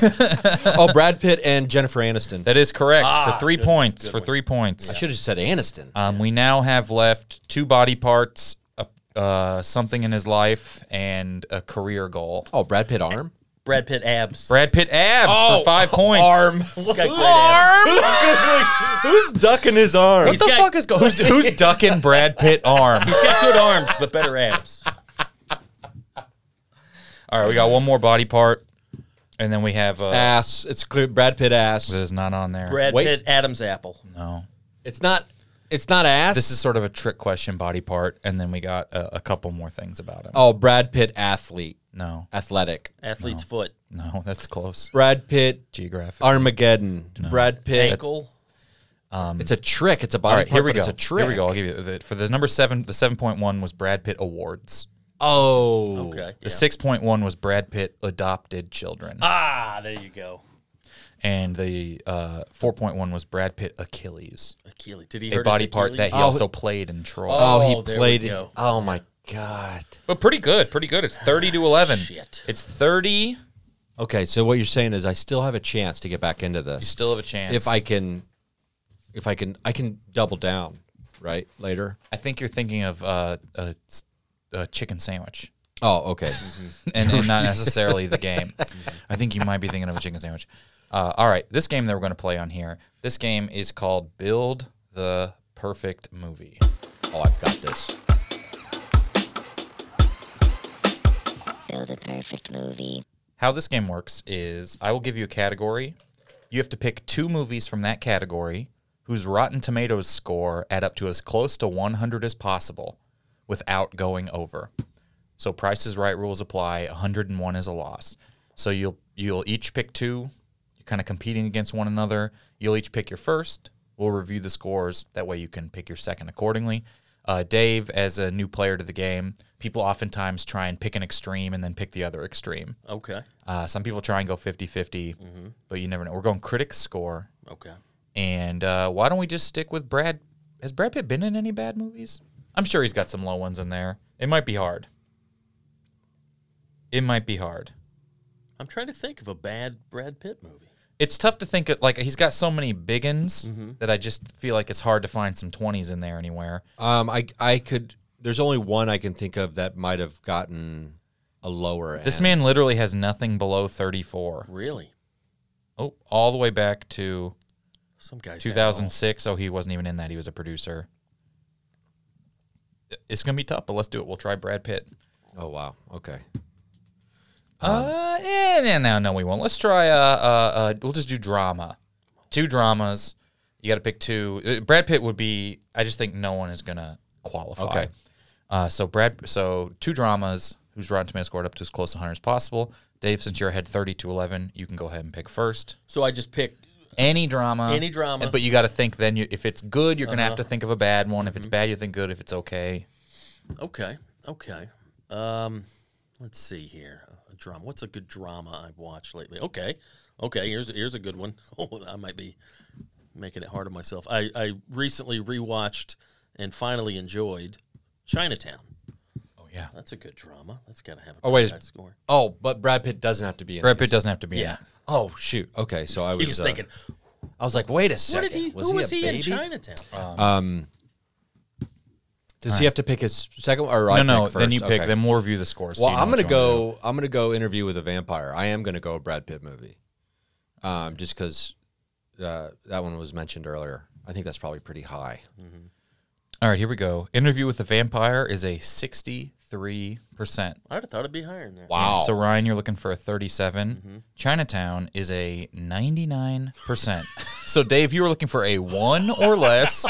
Speaker 3: oh, Brad Pitt and Jennifer Aniston.
Speaker 1: That is correct for three points. for three
Speaker 3: I
Speaker 1: points.
Speaker 3: should have said Aniston.
Speaker 1: Um, we now have left two body parts, a, uh, something in his life, and a career goal.
Speaker 3: oh, Brad Pitt arm.
Speaker 2: Brad Pitt abs.
Speaker 1: Brad Pitt abs for five points.
Speaker 3: Arm.
Speaker 2: He's got great abs.
Speaker 3: Who's ducking his arm?
Speaker 1: What the
Speaker 2: got-
Speaker 1: fuck is going? Who's, who's ducking Brad Pitt arm?
Speaker 2: He's got good arms, but better abs.
Speaker 1: All right, we got one more body part, and then we have uh,
Speaker 3: ass. It's clear. Brad Pitt ass.
Speaker 1: that is not on there.
Speaker 2: Brad
Speaker 3: Wait.
Speaker 2: Pitt, Adam's apple.
Speaker 1: No,
Speaker 3: It's not. It's not ass.
Speaker 1: this is sort of a trick question body part, and then we got a, a couple more things about him.
Speaker 3: oh Brad Pitt athlete,
Speaker 1: No,
Speaker 3: athletic.
Speaker 2: Athlete's foot.
Speaker 1: no, that's close.
Speaker 3: Brad Pitt
Speaker 1: Geographic.
Speaker 3: Armageddon. Brad Pitt.
Speaker 2: Ankle.
Speaker 3: It's a trick. It's a
Speaker 1: All
Speaker 3: body
Speaker 1: right,
Speaker 3: part,
Speaker 1: here we
Speaker 3: but
Speaker 1: go.
Speaker 3: It's a trick.
Speaker 1: Here we go. I'll give you the, for the number seven. The seven point one was Brad Pitt awards.
Speaker 3: Oh.
Speaker 2: Okay.
Speaker 1: The
Speaker 2: yeah.
Speaker 1: six point one was Brad Pitt adopted children,
Speaker 2: Ah, there you go.
Speaker 1: and the uh, four point one was Brad Pitt Achilles,
Speaker 2: Achilles. Did he
Speaker 1: a
Speaker 2: hurt
Speaker 1: body
Speaker 2: his
Speaker 1: part that
Speaker 2: Achilles?
Speaker 1: he also played in Troy.
Speaker 2: Oh,
Speaker 3: Oh,
Speaker 2: there
Speaker 3: he
Speaker 2: we
Speaker 3: played it.
Speaker 2: go.
Speaker 3: Oh my god.
Speaker 1: But pretty good, pretty good. It's thirty to eleven.
Speaker 2: Shit.
Speaker 1: It's thirty.
Speaker 3: Okay, so what you're saying is I still have a chance to get back into this
Speaker 1: Still have a chance.
Speaker 3: if I can, if I can, I can double down, right later.
Speaker 1: I think you're thinking of uh, a, a chicken sandwich,
Speaker 3: Oh, okay.
Speaker 2: Mm-hmm.
Speaker 1: and, and not necessarily the game. I think you might be thinking of a chicken sandwich. Uh, all right, this game that we're going to play on here. This game is called Build the Perfect Movie.
Speaker 3: oh, I've got this.
Speaker 7: Build a perfect movie.
Speaker 1: How this game works is I will give you a category. You have to pick two movies from that category whose Rotten Tomatoes score add up to as close to 100 as possible without going over. So Price is Right rules apply. 101 is a loss. So you'll you'll each pick two. You're kind of competing against one another. You'll each pick your first. We'll review the scores. That way you can pick your second accordingly. Uh, Dave, as a new player to the game, people oftentimes try and pick an extreme and then pick the other extreme.
Speaker 2: Okay.
Speaker 1: Uh, some people try and go 50 50, but you never know. We're going critic score.
Speaker 2: Okay.
Speaker 1: And uh, why don't we just stick with Brad? Has Brad Pitt been in any bad movies? I'm sure he's got some low ones in there. It might be hard. It might be hard.
Speaker 2: I'm trying to think of a bad Brad Pitt movie.
Speaker 1: It's tough to think of, like, he's got so many biggins that I just feel like it's hard to find some 20s in there anywhere.
Speaker 3: Um, I I could there's only one I can think of that might have gotten a lower.
Speaker 1: This
Speaker 3: end.
Speaker 1: man literally has nothing below 34.
Speaker 2: Really?
Speaker 1: Oh, all the way back to
Speaker 2: Some guys. have it all.
Speaker 1: 2006. Oh, he wasn't even in that. He was a producer. It's going to be tough, but let's do it. We'll try Brad Pitt.
Speaker 3: Oh wow. Okay.
Speaker 1: uh, eh, no, no, no, we won't. Let's try. Uh, uh, uh, we'll just do drama. Two dramas. You got to pick two. Uh, Brad Pitt would be. I just think no one is gonna qualify.
Speaker 3: Okay.
Speaker 1: Uh, so Brad. So two dramas. Who's Rotten Tomato scored up to as close to 100 as possible. Dave, since you're ahead 30 to 11, you can go ahead and pick first.
Speaker 2: So I just picked.
Speaker 1: Any drama.
Speaker 2: Any dramas.
Speaker 1: But you got to think then. You, if it's good, you're gonna have
Speaker 3: Uh-huh.
Speaker 1: to think of a bad one. If it's
Speaker 3: Mm-hmm.
Speaker 1: bad, you think good. If it's okay,
Speaker 2: Okay. Okay. Um, let's see here. A drama. What's a good drama I've watched lately? Okay. Okay. Here's here's a good one. Oh, I might be making it hard on myself. I I recently rewatched and finally enjoyed Chinatown.
Speaker 1: Oh, yeah.
Speaker 2: That's a good drama. That's got to have a
Speaker 3: Oh, wait,
Speaker 2: pretty
Speaker 3: is-
Speaker 2: high score.
Speaker 3: Oh, but Brad Pitt doesn't have to be. in
Speaker 1: Brad Pitt
Speaker 3: these.
Speaker 1: doesn't have to be.
Speaker 2: Yeah.
Speaker 1: Yeah.
Speaker 3: Oh shoot. Okay, so I was,
Speaker 2: He was
Speaker 3: uh,
Speaker 2: thinking,
Speaker 3: I was like, wait a
Speaker 2: what
Speaker 3: second.
Speaker 2: did he?
Speaker 3: was
Speaker 2: who
Speaker 3: he
Speaker 2: was
Speaker 3: a
Speaker 2: he in
Speaker 3: baby?
Speaker 2: Chinatown?
Speaker 3: Um, does he have to pick his second one, or
Speaker 1: No,
Speaker 3: I
Speaker 1: no.
Speaker 3: pick
Speaker 1: Then you
Speaker 3: first?
Speaker 1: pick.
Speaker 3: Okay.
Speaker 1: Then we'll review the scores. so
Speaker 3: Well,
Speaker 1: you know
Speaker 3: I'm
Speaker 1: which
Speaker 3: gonna
Speaker 1: one to do.
Speaker 3: go. I'm gonna go interview with a vampire. I am gonna go a Brad Pitt movie, um, just because uh, that one was mentioned earlier. I think that's probably pretty high.
Speaker 1: All right, here we go. Interview with the Vampire is a 63%.
Speaker 2: I'd have thought it'd be higher than that.
Speaker 3: Wow. Mm-hmm.
Speaker 1: So, Ryan, you're looking for a 37. Chinatown is a 99%. so, Dave, you were looking for a one or less.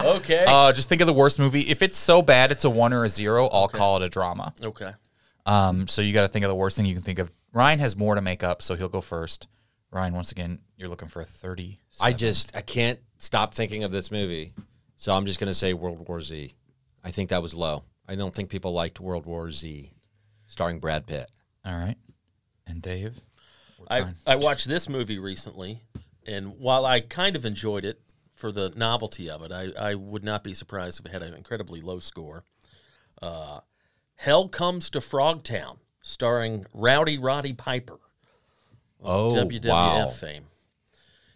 Speaker 2: Okay.
Speaker 1: uh, just think of the worst movie. If it's so bad it's a one or a zero, I'll call it a drama.
Speaker 2: okay.
Speaker 1: Um, so, you got to think of the worst thing you can think of. Ryan has more to make up, so he'll go first. Ryan, once again, you're looking for a 30.
Speaker 3: I just I can't stop thinking of this movie, so I'm just gonna say World War Z. I think that was low. I don't think people liked World War Z, starring Brad Pitt.
Speaker 1: All right. And Dave? We're
Speaker 2: I,
Speaker 1: trying-
Speaker 2: I watched this movie recently, and while I kind of enjoyed it for the novelty of it, I, I would not be surprised if it had an incredibly low score. Uh, Hell Comes to Frogtown, starring Rowdy Roddy Piper,
Speaker 3: Oh
Speaker 2: WWF
Speaker 3: wow!
Speaker 2: fame.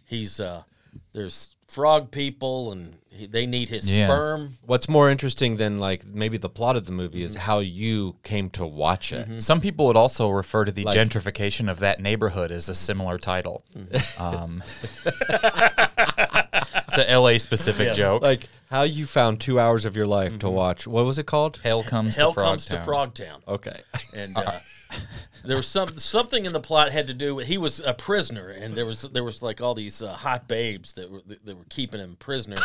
Speaker 2: He's uh, there's frog people, and he, they need his
Speaker 1: Yeah.
Speaker 2: sperm.
Speaker 3: What's more interesting than like maybe the plot of the movie is how you came to watch it.
Speaker 1: Some people would also refer to the
Speaker 3: Mm-hmm. Like-
Speaker 1: gentrification of that neighborhood as a similar title.
Speaker 3: Mm-hmm.
Speaker 1: Um, it's a LA specific joke.
Speaker 3: Like how you found two hours of your life to watch. What was it called?
Speaker 1: Hell comes
Speaker 2: Hell
Speaker 1: to Frog
Speaker 2: Comes to Frogtown.
Speaker 3: Okay.
Speaker 2: and uh, there was some something in the plot had to do with he was a prisoner, and there was there was like all these uh, hot babes that were that were keeping him prisoner,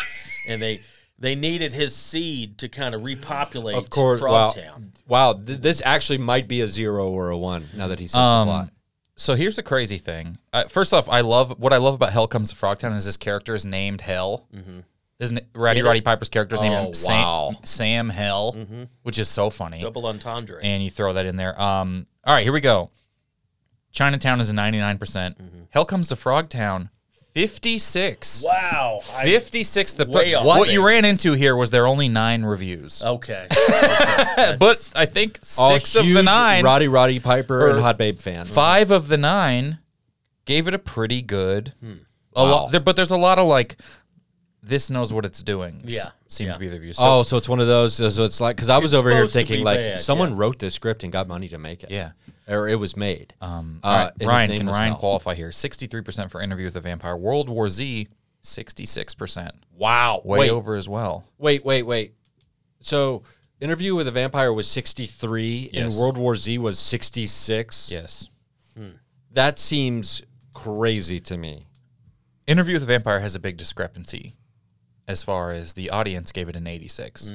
Speaker 2: and they they needed his seed to kind of repopulate
Speaker 3: Of course. Wow.
Speaker 2: Frogtown.
Speaker 3: Wow. Th- this actually might be a zero or a one now that he says
Speaker 1: Um,
Speaker 3: the plot.
Speaker 1: So here's the crazy thing. Uh, first off, I love what I love about Hell Comes to Frogtown is this character is named Hell. Isn't it? Roddy Roddy Piper's character is
Speaker 3: Mm-hmm. Oh,
Speaker 1: named Sam,
Speaker 3: wow. Mm-hmm.
Speaker 1: Sam Hell, which is so funny.
Speaker 2: Double entendre.
Speaker 1: and you throw that in there. Um, all right, here we go. Chinatown is a 99%. percent Hell Comes to Frogtown, 56.
Speaker 2: wow. I-
Speaker 1: 56 the
Speaker 2: Way
Speaker 1: what,
Speaker 2: off
Speaker 1: what
Speaker 2: base.
Speaker 1: you ran into here was there are only 9 reviews.
Speaker 2: okay.
Speaker 1: but I think 6
Speaker 3: All
Speaker 1: of the
Speaker 3: huge
Speaker 1: 9
Speaker 3: Roddy Roddy Piper and
Speaker 1: Or
Speaker 3: Hot Babe fans.
Speaker 1: 5 of the 9 gave it a pretty good. A lot there, but there's a lot of like this knows what it's doing.
Speaker 2: Yeah,
Speaker 1: Seem
Speaker 2: yeah.
Speaker 1: to be the reviews.
Speaker 3: oh, so it's one of those. So it's like because I was
Speaker 2: It's
Speaker 3: over here
Speaker 2: supposed to be
Speaker 3: thinking like
Speaker 2: bad,
Speaker 3: someone
Speaker 2: yeah.
Speaker 3: wrote this script and got money to make it.
Speaker 1: Yeah.
Speaker 3: or it was made. Um,
Speaker 1: All right, Ryan, can Ryan qualify here? 63% for Interview with a Vampire. World War Z, 66%.
Speaker 3: Wow,
Speaker 1: Way
Speaker 3: wait,
Speaker 1: over as well.
Speaker 3: Wait, wait, wait. So, Interview with a Vampire was 63
Speaker 1: Yes.
Speaker 3: and World War Z was 66.
Speaker 1: Yes.
Speaker 3: That seems crazy to me.
Speaker 1: Interview with a Vampire has a big discrepancy as far as the audience gave it an 86.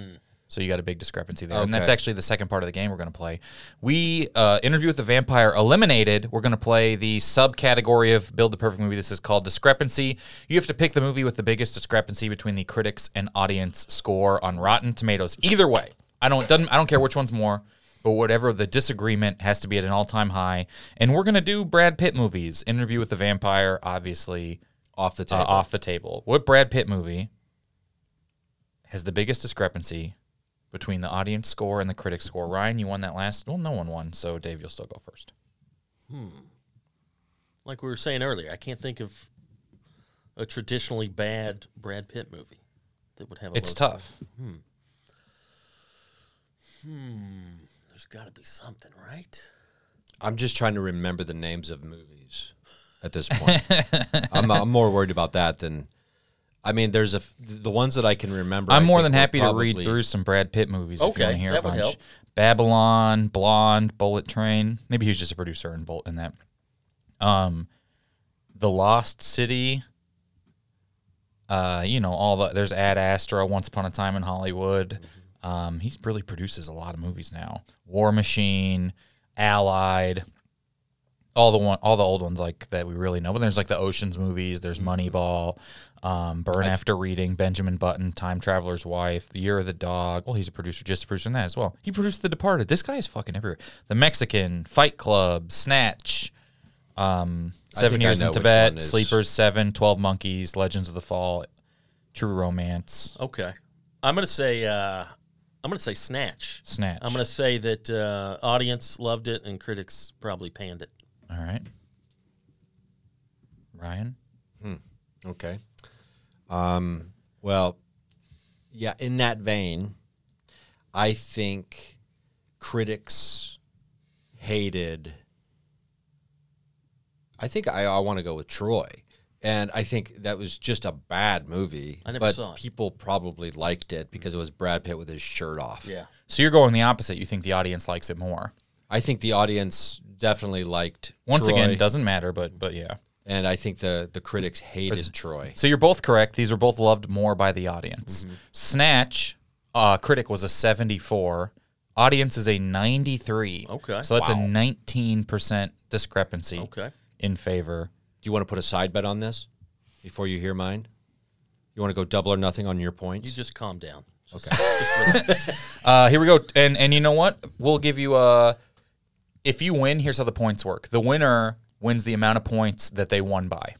Speaker 1: So you got a big discrepancy there. And that's
Speaker 3: Mm. Okay.
Speaker 1: actually the second part of the game we're going to play. We, uh, Interview with the Vampire eliminated, we're going to play the subcategory of Build the Perfect Movie. This is called Discrepancy. You have to pick the movie with the biggest discrepancy between the critics and audience score on Rotten Tomatoes. Either way, I don't, doesn't, I don't care which one's more. But whatever the disagreement has to be at an all-time high, and we're gonna do Brad Pitt movies. Interview with the Vampire, obviously,
Speaker 3: Off the
Speaker 1: uh,
Speaker 3: table.
Speaker 1: off the table. What Brad Pitt movie has the biggest discrepancy between the audience score and the critic score? Ryan, you won that last. Well, no one won, so Dave, you'll still go first.
Speaker 2: like we were saying earlier, I can't think of a traditionally bad Brad Pitt movie that would have a
Speaker 1: It's
Speaker 2: low
Speaker 1: tough.
Speaker 2: There's got to be something, right?
Speaker 3: I'm just trying to remember the names of movies at this point. I'm, I'm more worried about that than. I mean, there's a f- the ones that I can remember.
Speaker 1: I'm
Speaker 3: I
Speaker 1: more
Speaker 3: think
Speaker 1: than
Speaker 3: were
Speaker 1: happy to read
Speaker 3: probably-
Speaker 1: through some Brad Pitt movies if you
Speaker 2: Okay,
Speaker 1: want to hear
Speaker 2: that
Speaker 1: a
Speaker 2: would
Speaker 1: bunch.
Speaker 2: help.
Speaker 1: Babylon, Blonde, Bullet Train. Maybe he was just a producer and Bolt in that. Um, The Lost City. Uh, you know all the there's Ad Astra, Once Upon a Time in Hollywood. Um, he really produces a lot of movies now. War Machine, Allied. All the one, all the old ones like that we really know. But there's like the Ocean's movies. There's
Speaker 3: Mm-hmm.
Speaker 1: Moneyball, um, Burn After Reading, Benjamin Button, Time Traveler's Wife, The Year of the Dog. Well, he's a producer, just a producer in that as well. He produced The Departed. This guy is fucking everywhere. The Mexican, Fight Club, Snatch, um,
Speaker 3: I
Speaker 1: Seven
Speaker 3: think I
Speaker 1: Years
Speaker 3: know
Speaker 1: in
Speaker 3: which one
Speaker 1: Tibet,
Speaker 3: is-
Speaker 1: Sleepers, Seven, 12 Monkeys, Legends of the Fall, True Romance,
Speaker 2: Okay. I'm gonna say uh, I'm gonna say Snatch.
Speaker 1: Snatch.
Speaker 2: I'm gonna say that uh, audience loved it and critics probably panned it.
Speaker 1: All right. Ryan?
Speaker 3: Okay. Um, well, yeah, in that vein, I think critics hated. I think I, I want to go with Troy. And I think that was just a bad movie.
Speaker 2: I never
Speaker 3: but
Speaker 2: saw it.
Speaker 3: people probably liked it because it was Brad Pitt with his shirt off.
Speaker 1: So you're going the opposite. You think the audience likes it more.
Speaker 3: I think the audience definitely liked
Speaker 1: Once again,
Speaker 3: Troy,
Speaker 1: doesn't matter, but but yeah.
Speaker 3: and I think the the critics hated Troy.
Speaker 1: So you're both correct. These are both loved more by the audience.
Speaker 2: Mm-hmm.
Speaker 1: Snatch, uh, critic was a 74. Audience is a 93.
Speaker 2: Okay.
Speaker 1: So that's a 19% discrepancy
Speaker 2: Okay.
Speaker 1: in favor.
Speaker 3: Do you want to put a side bet on this before you hear mine? You want to go double or nothing on your points?
Speaker 2: You just calm down. Just-
Speaker 3: Okay.
Speaker 2: just relax.
Speaker 1: Uh, here we go. And and you know what? We'll give you a. If you win, here's how the points work. The winner wins the amount of points that they won by.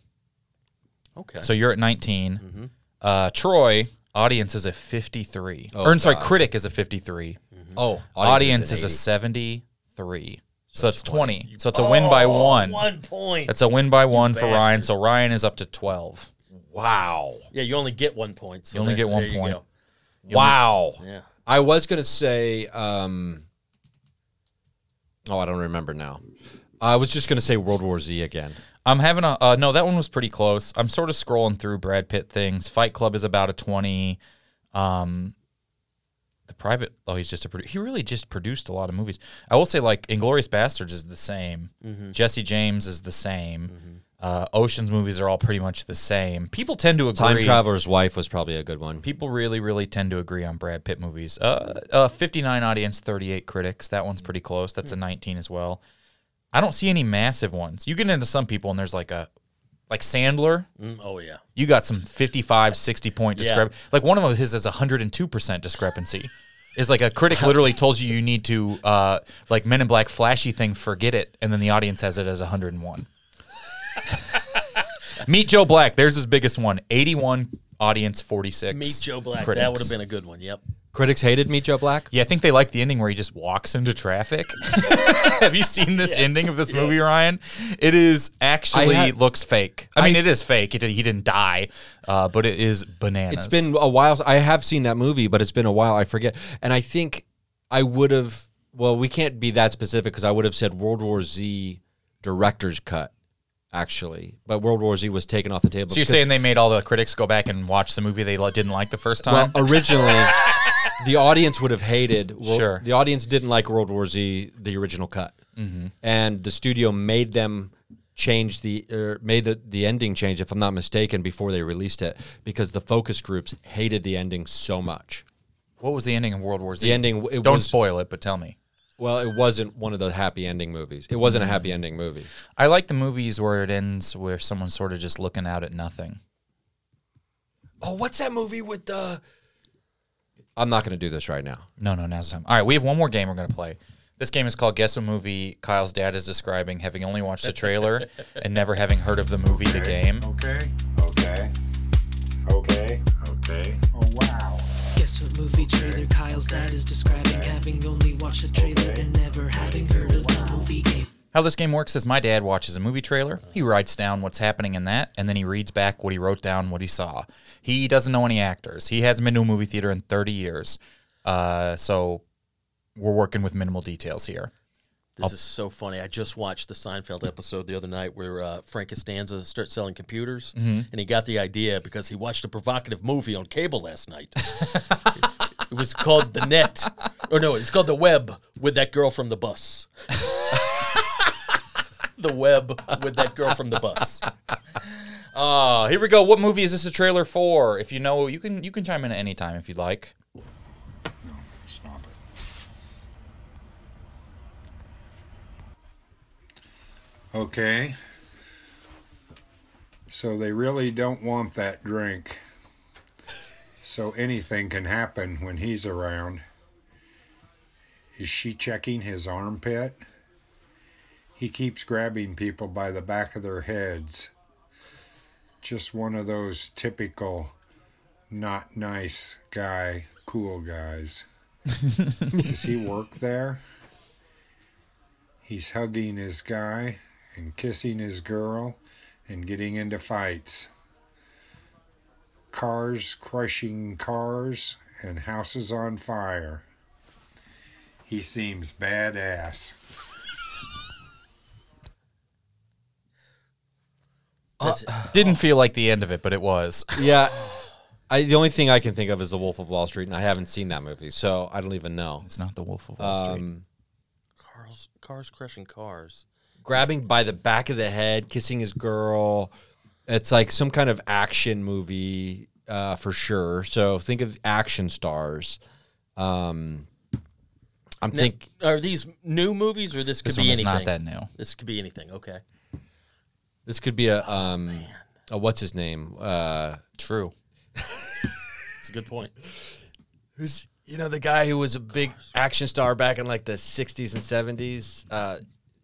Speaker 2: okay.
Speaker 1: So you're at 19. Uh, Troy audience is a 53. or I'm sorry, critic is a 53.
Speaker 3: oh,
Speaker 1: Audience, is,
Speaker 3: an
Speaker 1: a
Speaker 3: 80.
Speaker 1: 73. So, it's 20. So it's a win by Oh, one.
Speaker 2: One point.
Speaker 1: That's a win by one for Ryan. So Ryan is up to 12.
Speaker 3: wow,
Speaker 2: yeah, you only get one point. So
Speaker 1: You only
Speaker 2: there-
Speaker 1: get one
Speaker 2: there you
Speaker 1: point.
Speaker 2: go.
Speaker 3: wow.
Speaker 2: Yeah.
Speaker 3: I was gonna say, um, oh, I don't remember now. I was just gonna say World War Z again.
Speaker 1: I'm having a uh, no. That one was pretty close. I'm sort of scrolling through Brad Pitt things. Fight Club is about a twenty. Um, the Private. Oh, he's just a produ- he really just produced a lot of movies. I will say like Inglorious Bastards is the same. Jesse James is the same. Uh, Ocean's movies are all pretty much the same. People tend to agree.
Speaker 3: Time Traveler's Wife was probably a good one.
Speaker 1: People really, really tend to agree on Brad Pitt movies. Uh, uh, 59 audience, 38 critics. That one's pretty close. That's a 19 as well. I don't see any massive ones. You get into some people, and there's like a, like Sandler,
Speaker 2: Mm, oh yeah.
Speaker 1: you got some 55, 60 point
Speaker 2: Yeah.
Speaker 1: discrepancy. Like one of those, his is 102% discrepancy. Is like a critic literally told you you need to, uh, like Men in Black flashy thing, forget it. And then the audience has it as 101. Meet Joe Black. There's his biggest one 81, audience 46.
Speaker 2: Meet Joe Black.
Speaker 1: critics.
Speaker 2: That would have been a good one. Yep.
Speaker 3: Critics hated Meet Joe Black.
Speaker 1: Yeah, I think they like the ending where he just walks into traffic. Have you seen this ending of this movie, Ryan? It is actually
Speaker 3: had-
Speaker 1: looks fake. I mean,
Speaker 3: I've-
Speaker 1: it is fake. It, he didn't die, uh, but it is bananas.
Speaker 3: It's been a while. I have seen that movie, but it's been a while. I forget. And I think I would have. Well, we can't be that specific because I would have said World War Z director's cut, actually. But World War Z was taken off the table.
Speaker 1: So you're
Speaker 3: because-
Speaker 1: saying they made all the critics go back and watch the movie they li- didn't like the first
Speaker 3: well, uh,
Speaker 1: time?
Speaker 3: originally the audience would have hated. Well,
Speaker 1: Sure.
Speaker 3: The audience didn't like World War Z, the original cut,
Speaker 1: Mm-hmm.
Speaker 3: and the studio made them change the or made the, the ending change if i'm not mistaken before they released it because the focus groups hated the ending so much
Speaker 1: what was the ending of World War Z?
Speaker 3: The ending, it
Speaker 1: Don't
Speaker 3: was-
Speaker 1: spoil it, but tell me.
Speaker 3: Well, it wasn't one of the happy ending movies. It wasn't a happy ending movie.
Speaker 1: I like the movies where it ends where someone's sort of just looking out at nothing.
Speaker 3: Oh, what's that movie with the? I'm not going to do this right now.
Speaker 1: No, no, now's the time. All right, we have one more game we're going to play. This game is called Guess a Movie. Kyle's dad is describing having only watched the trailer and never having heard of the movie The Game.
Speaker 8: Okay. Okay. Okay. Okay. Oh wow.
Speaker 9: Guess what movie trailer Kyle's dad is describing? Having only watched the trailer and never having heard of the movie game.
Speaker 1: How this game works is my dad watches a movie trailer. He writes down what's happening in that, and then he reads back what he wrote down, what he saw. He doesn't know any actors. He hasn't been to a movie theater in 30 years. Uh, so we're working with minimal details here. Oh.
Speaker 2: This is so funny. I just watched the Seinfeld episode the other night where uh, Frank Costanza starts selling computers,
Speaker 1: Mm-hmm.
Speaker 2: and he got the idea because he watched a provocative movie on cable last night. it, it was called The Net, or no, it's called The Web with that girl from the bus. the Web with that girl from the bus.
Speaker 1: Uh, here we go. What movie is this a trailer for? If you know, you can you can chime in at any time if you'd like.
Speaker 8: Stop it. Okay. So they really don't want that drink. So anything can happen when he's around. Is she checking his armpit? He keeps grabbing people by the back of their heads. Just one of those typical not nice guy, cool guys. Does he work there? He's hugging his guy and kissing his girl and getting into fights. Cars crushing cars and houses on fire. He seems badass.
Speaker 2: That's-
Speaker 1: Didn't feel like the end of it, but it was.
Speaker 3: Yeah. I, the only thing I can think of is The Wolf of Wall Street, and I haven't seen that movie, so I don't even know.
Speaker 1: It's not the Wolf of Wall Street.
Speaker 3: Um,
Speaker 2: cars, cars crushing cars.
Speaker 3: grabbing by the back of the head, kissing his girl. It's like some kind of action movie uh, for sure. So think of action stars. Um, I'm
Speaker 2: Now,
Speaker 3: think
Speaker 2: are these new movies or this could
Speaker 1: This
Speaker 2: be
Speaker 1: one is
Speaker 2: anything?
Speaker 1: not that new.
Speaker 2: This could be anything. Okay.
Speaker 3: this could be a um, a what's his name? Uh,
Speaker 1: True.
Speaker 2: It's a good point.
Speaker 3: who's you know the guy who was a big action star back in like the 60s and 70s. Uh,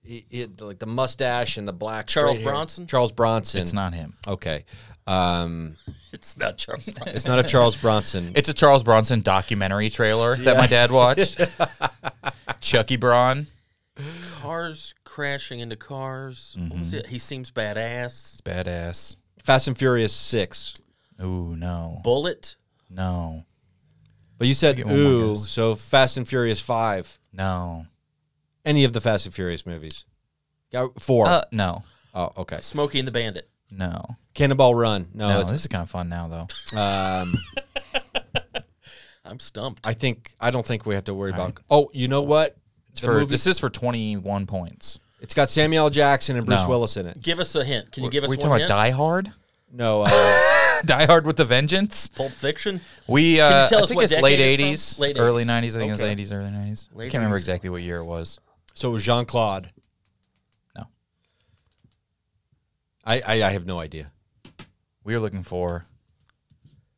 Speaker 3: he, he had like the mustache and the black
Speaker 2: Charles
Speaker 3: straight hair.
Speaker 2: Bronson?
Speaker 3: Charles Bronson.
Speaker 1: It's not him.
Speaker 3: okay. Um,
Speaker 2: It's not Charles Bronson.
Speaker 3: it's not a Charles Bronson.
Speaker 1: It's a Charles Bronson documentary trailer that my dad watched. Chucky Braun.
Speaker 2: cars crashing into cars. What
Speaker 3: Mm-hmm.
Speaker 2: was it? He seems badass.
Speaker 1: It's badass.
Speaker 3: Fast and Furious Six.
Speaker 1: Ooh, no.
Speaker 2: Bullet.
Speaker 1: No.
Speaker 3: But you said
Speaker 1: get one more
Speaker 3: ooh,
Speaker 1: guess.
Speaker 3: so Fast and Furious Five.
Speaker 1: No.
Speaker 3: Any of the Fast and Furious movies? Got four.
Speaker 1: Uh, no.
Speaker 3: oh, okay.
Speaker 2: Smokey and the Bandit.
Speaker 1: No.
Speaker 3: Cannonball Run. No,
Speaker 1: No,
Speaker 3: it's,
Speaker 1: this is kind of fun now, though.
Speaker 3: um,
Speaker 2: I'm stumped.
Speaker 3: I think I don't think we have to worry about. Oh, you know what?
Speaker 1: It's
Speaker 3: The
Speaker 1: for,
Speaker 3: movie-
Speaker 1: this is for 21 points.
Speaker 3: it's got Samuel L. Jackson and Bruce
Speaker 1: No.
Speaker 3: Willis in it.
Speaker 2: Give us a hint. Can you give us
Speaker 1: we
Speaker 2: one
Speaker 1: talking
Speaker 2: hint?
Speaker 1: about Die Hard?
Speaker 3: No, uh,
Speaker 1: Die Hard with the Vengeance?
Speaker 2: Pulp Fiction.
Speaker 1: We,
Speaker 2: you
Speaker 1: uh,
Speaker 2: tell us
Speaker 1: I think
Speaker 2: what
Speaker 1: it's
Speaker 2: decade
Speaker 1: late
Speaker 2: it's from?
Speaker 1: 80s,
Speaker 2: Late
Speaker 1: early
Speaker 2: 80s.
Speaker 1: 90s. I think
Speaker 2: Okay.
Speaker 1: it was 80s, early 90s. I
Speaker 2: Late
Speaker 1: can't remember
Speaker 2: 80s.
Speaker 1: exactly what year it was.
Speaker 3: so Jean Claude.
Speaker 1: No.
Speaker 3: I, I I have no idea.
Speaker 1: We were looking for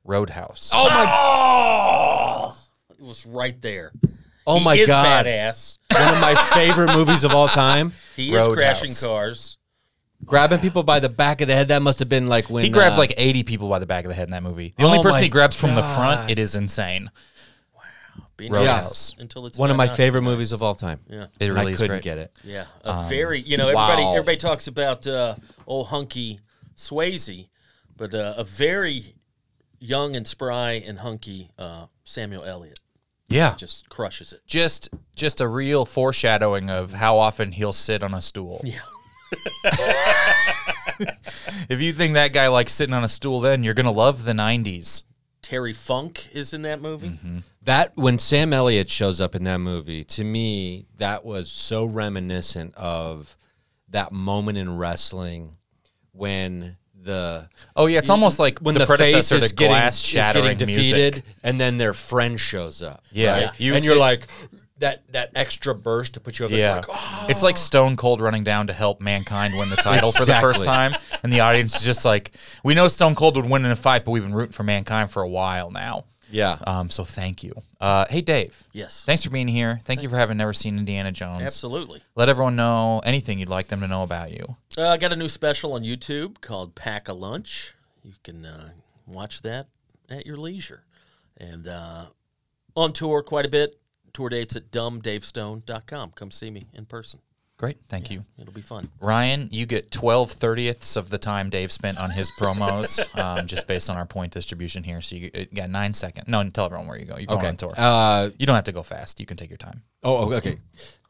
Speaker 1: Roadhouse.
Speaker 3: Oh my!
Speaker 2: Ah! It was right there.
Speaker 3: Oh
Speaker 2: He
Speaker 3: my
Speaker 2: is
Speaker 3: God!
Speaker 2: Badass.
Speaker 3: One of my favorite movies of all time.
Speaker 2: He is
Speaker 1: Roadhouse.
Speaker 2: crashing cars.
Speaker 3: Grabbing people by the back of the head. That must have been like when
Speaker 1: He grabs
Speaker 3: uh,
Speaker 1: like 80 people by the back of the head in that movie. The
Speaker 3: Oh
Speaker 1: only person
Speaker 3: my
Speaker 1: he grabs from the front, it is insane.
Speaker 2: Being
Speaker 1: Roadhouse.
Speaker 2: nice Until it's
Speaker 3: one of
Speaker 2: not
Speaker 3: my
Speaker 2: not.
Speaker 3: favorite movies of all time.
Speaker 1: It
Speaker 3: And
Speaker 1: really
Speaker 3: I
Speaker 1: is
Speaker 3: couldn't
Speaker 1: great.
Speaker 3: get it.
Speaker 2: Yeah, a very. You know, everybody
Speaker 3: Um, wow.
Speaker 2: everybody talks about uh, old hunky Swayze, but uh, a very young and spry and hunky uh, Samuel Elliott
Speaker 1: Yeah.
Speaker 2: just crushes it.
Speaker 1: just just a real foreshadowing of how often he'll sit on a stool. Yeah. if you think that guy likes sitting on a stool, then you're gonna love the '90s.
Speaker 2: Terry Funk is in that movie.
Speaker 3: That when Sam Elliott shows up in that movie, to me, that was so reminiscent of that moment in wrestling when the
Speaker 1: Oh yeah, it's almost like
Speaker 3: when
Speaker 1: the,
Speaker 3: the, face
Speaker 1: predecessor
Speaker 3: is
Speaker 1: to
Speaker 3: getting,
Speaker 1: glass
Speaker 3: is getting
Speaker 1: shattering
Speaker 3: defeated,
Speaker 1: music.
Speaker 3: and then their friend shows up.
Speaker 1: Yeah.
Speaker 3: right?
Speaker 1: Yeah. You
Speaker 3: and you're
Speaker 1: did-
Speaker 3: like that that extra burst to put you over.
Speaker 1: Yeah,
Speaker 3: like, oh,
Speaker 1: it's like Stone Cold running down to help Mankind win the title for the first
Speaker 3: Exactly.
Speaker 1: time, and the audience is just like, "We know Stone Cold would win in a fight, but we've been rooting for Mankind for a while now."
Speaker 3: yeah.
Speaker 1: Um, so thank you. Uh, hey Dave.
Speaker 2: Yes.
Speaker 1: Thanks for being here. Thank you for having never seen Indiana Jones.
Speaker 2: Absolutely.
Speaker 1: Let everyone know anything you'd like them to know about you.
Speaker 2: Uh, I got a new special on YouTube called Pack a Lunch. You can uh, watch that at your leisure. And uh, on tour quite a bit. Tour dates at dumbdavestone.com. Come see me in person.
Speaker 1: Great. Thank you.
Speaker 2: It'll be fun.
Speaker 1: Ryan, you get 12 thirtieths of the time Dave spent on his promos, um, just based on our point distribution here. So you you got nine seconds. No, tell everyone where you go. You go
Speaker 3: Okay.
Speaker 1: on tour.
Speaker 3: Uh,
Speaker 1: you don't have to go fast. You can take your time.
Speaker 3: Oh, okay.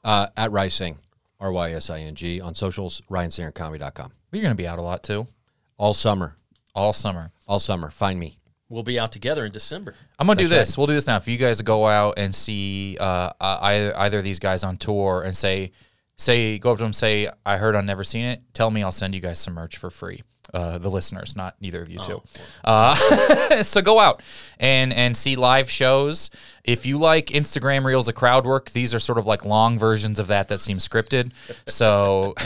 Speaker 3: Uh, at Ryan Singh, R Y S I N G, on socials, ryansingercomedy.com.
Speaker 1: You're going to be out a lot too,
Speaker 3: All summer,
Speaker 1: all summer.
Speaker 3: all summer. Find me.
Speaker 2: We'll be out together in December.
Speaker 1: I'm gonna do
Speaker 3: That's right.
Speaker 1: this. We'll do this now. If you guys go out and see uh, uh, either either of these guys on tour and say say go up to them say I heard on Never Seen It, tell me I'll send you guys some merch for free. Uh, the listeners, not neither
Speaker 3: Oh.
Speaker 1: of you two. Uh, so go out and and see live shows. If you like Instagram reels of crowd work, these are sort of like long versions of that that seem scripted. So.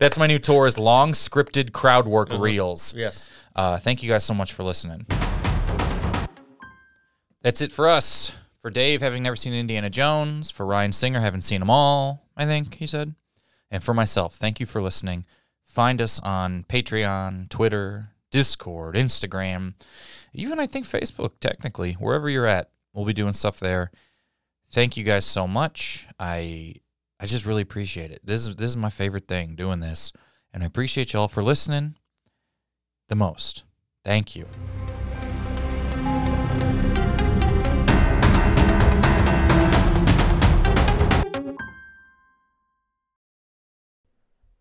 Speaker 1: That's my new tour is long scripted crowd work
Speaker 3: Uh-huh.
Speaker 1: reels.
Speaker 2: Yes.
Speaker 1: Uh, thank you guys so much for listening. That's it for us. For Dave, having never seen Indiana Jones, for Ryan Singer, haven't seen them all, I think he said. And for myself, thank you for listening. Find us on Patreon, Twitter, Discord, Instagram, even I think Facebook, technically, wherever you're at. We'll be doing stuff there. Thank you guys so much. I I just really appreciate it. This is this is my favorite thing doing this. And I appreciate y'all for listening the most. Thank you.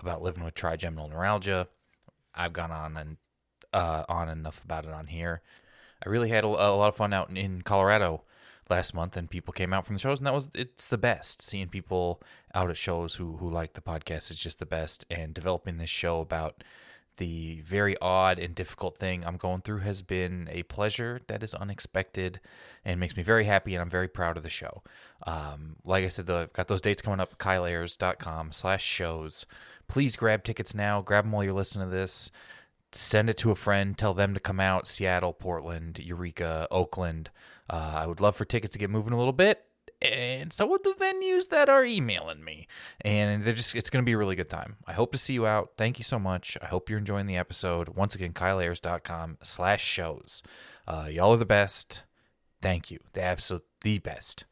Speaker 1: about living with trigeminal neuralgia. I've gone on and uh, on enough about it on here. I really had a, a lot of fun out in, in Colorado last month, and people came out from the shows, and that was it's the best. Seeing people out at shows who who like the podcast is just the best, and developing this show about the very odd and difficult thing I'm going through has been a pleasure that is unexpected and makes me very happy, and I'm very proud of the show. Um, like I said, though, I've got those dates coming up, kyleayers.com slash shows. Please grab tickets now. Grab them while you're listening to this. Send it to a friend. Tell them to come out. Seattle, Portland, Eureka, Oakland. Uh, I would love for tickets to get moving a little bit and so would the venues that are emailing me and they're just it's going to be a really good time i hope to see you out thank you so much i hope you're enjoying the episode once again kyleayers.com slash shows uh, y'all are the best thank you the absolute the best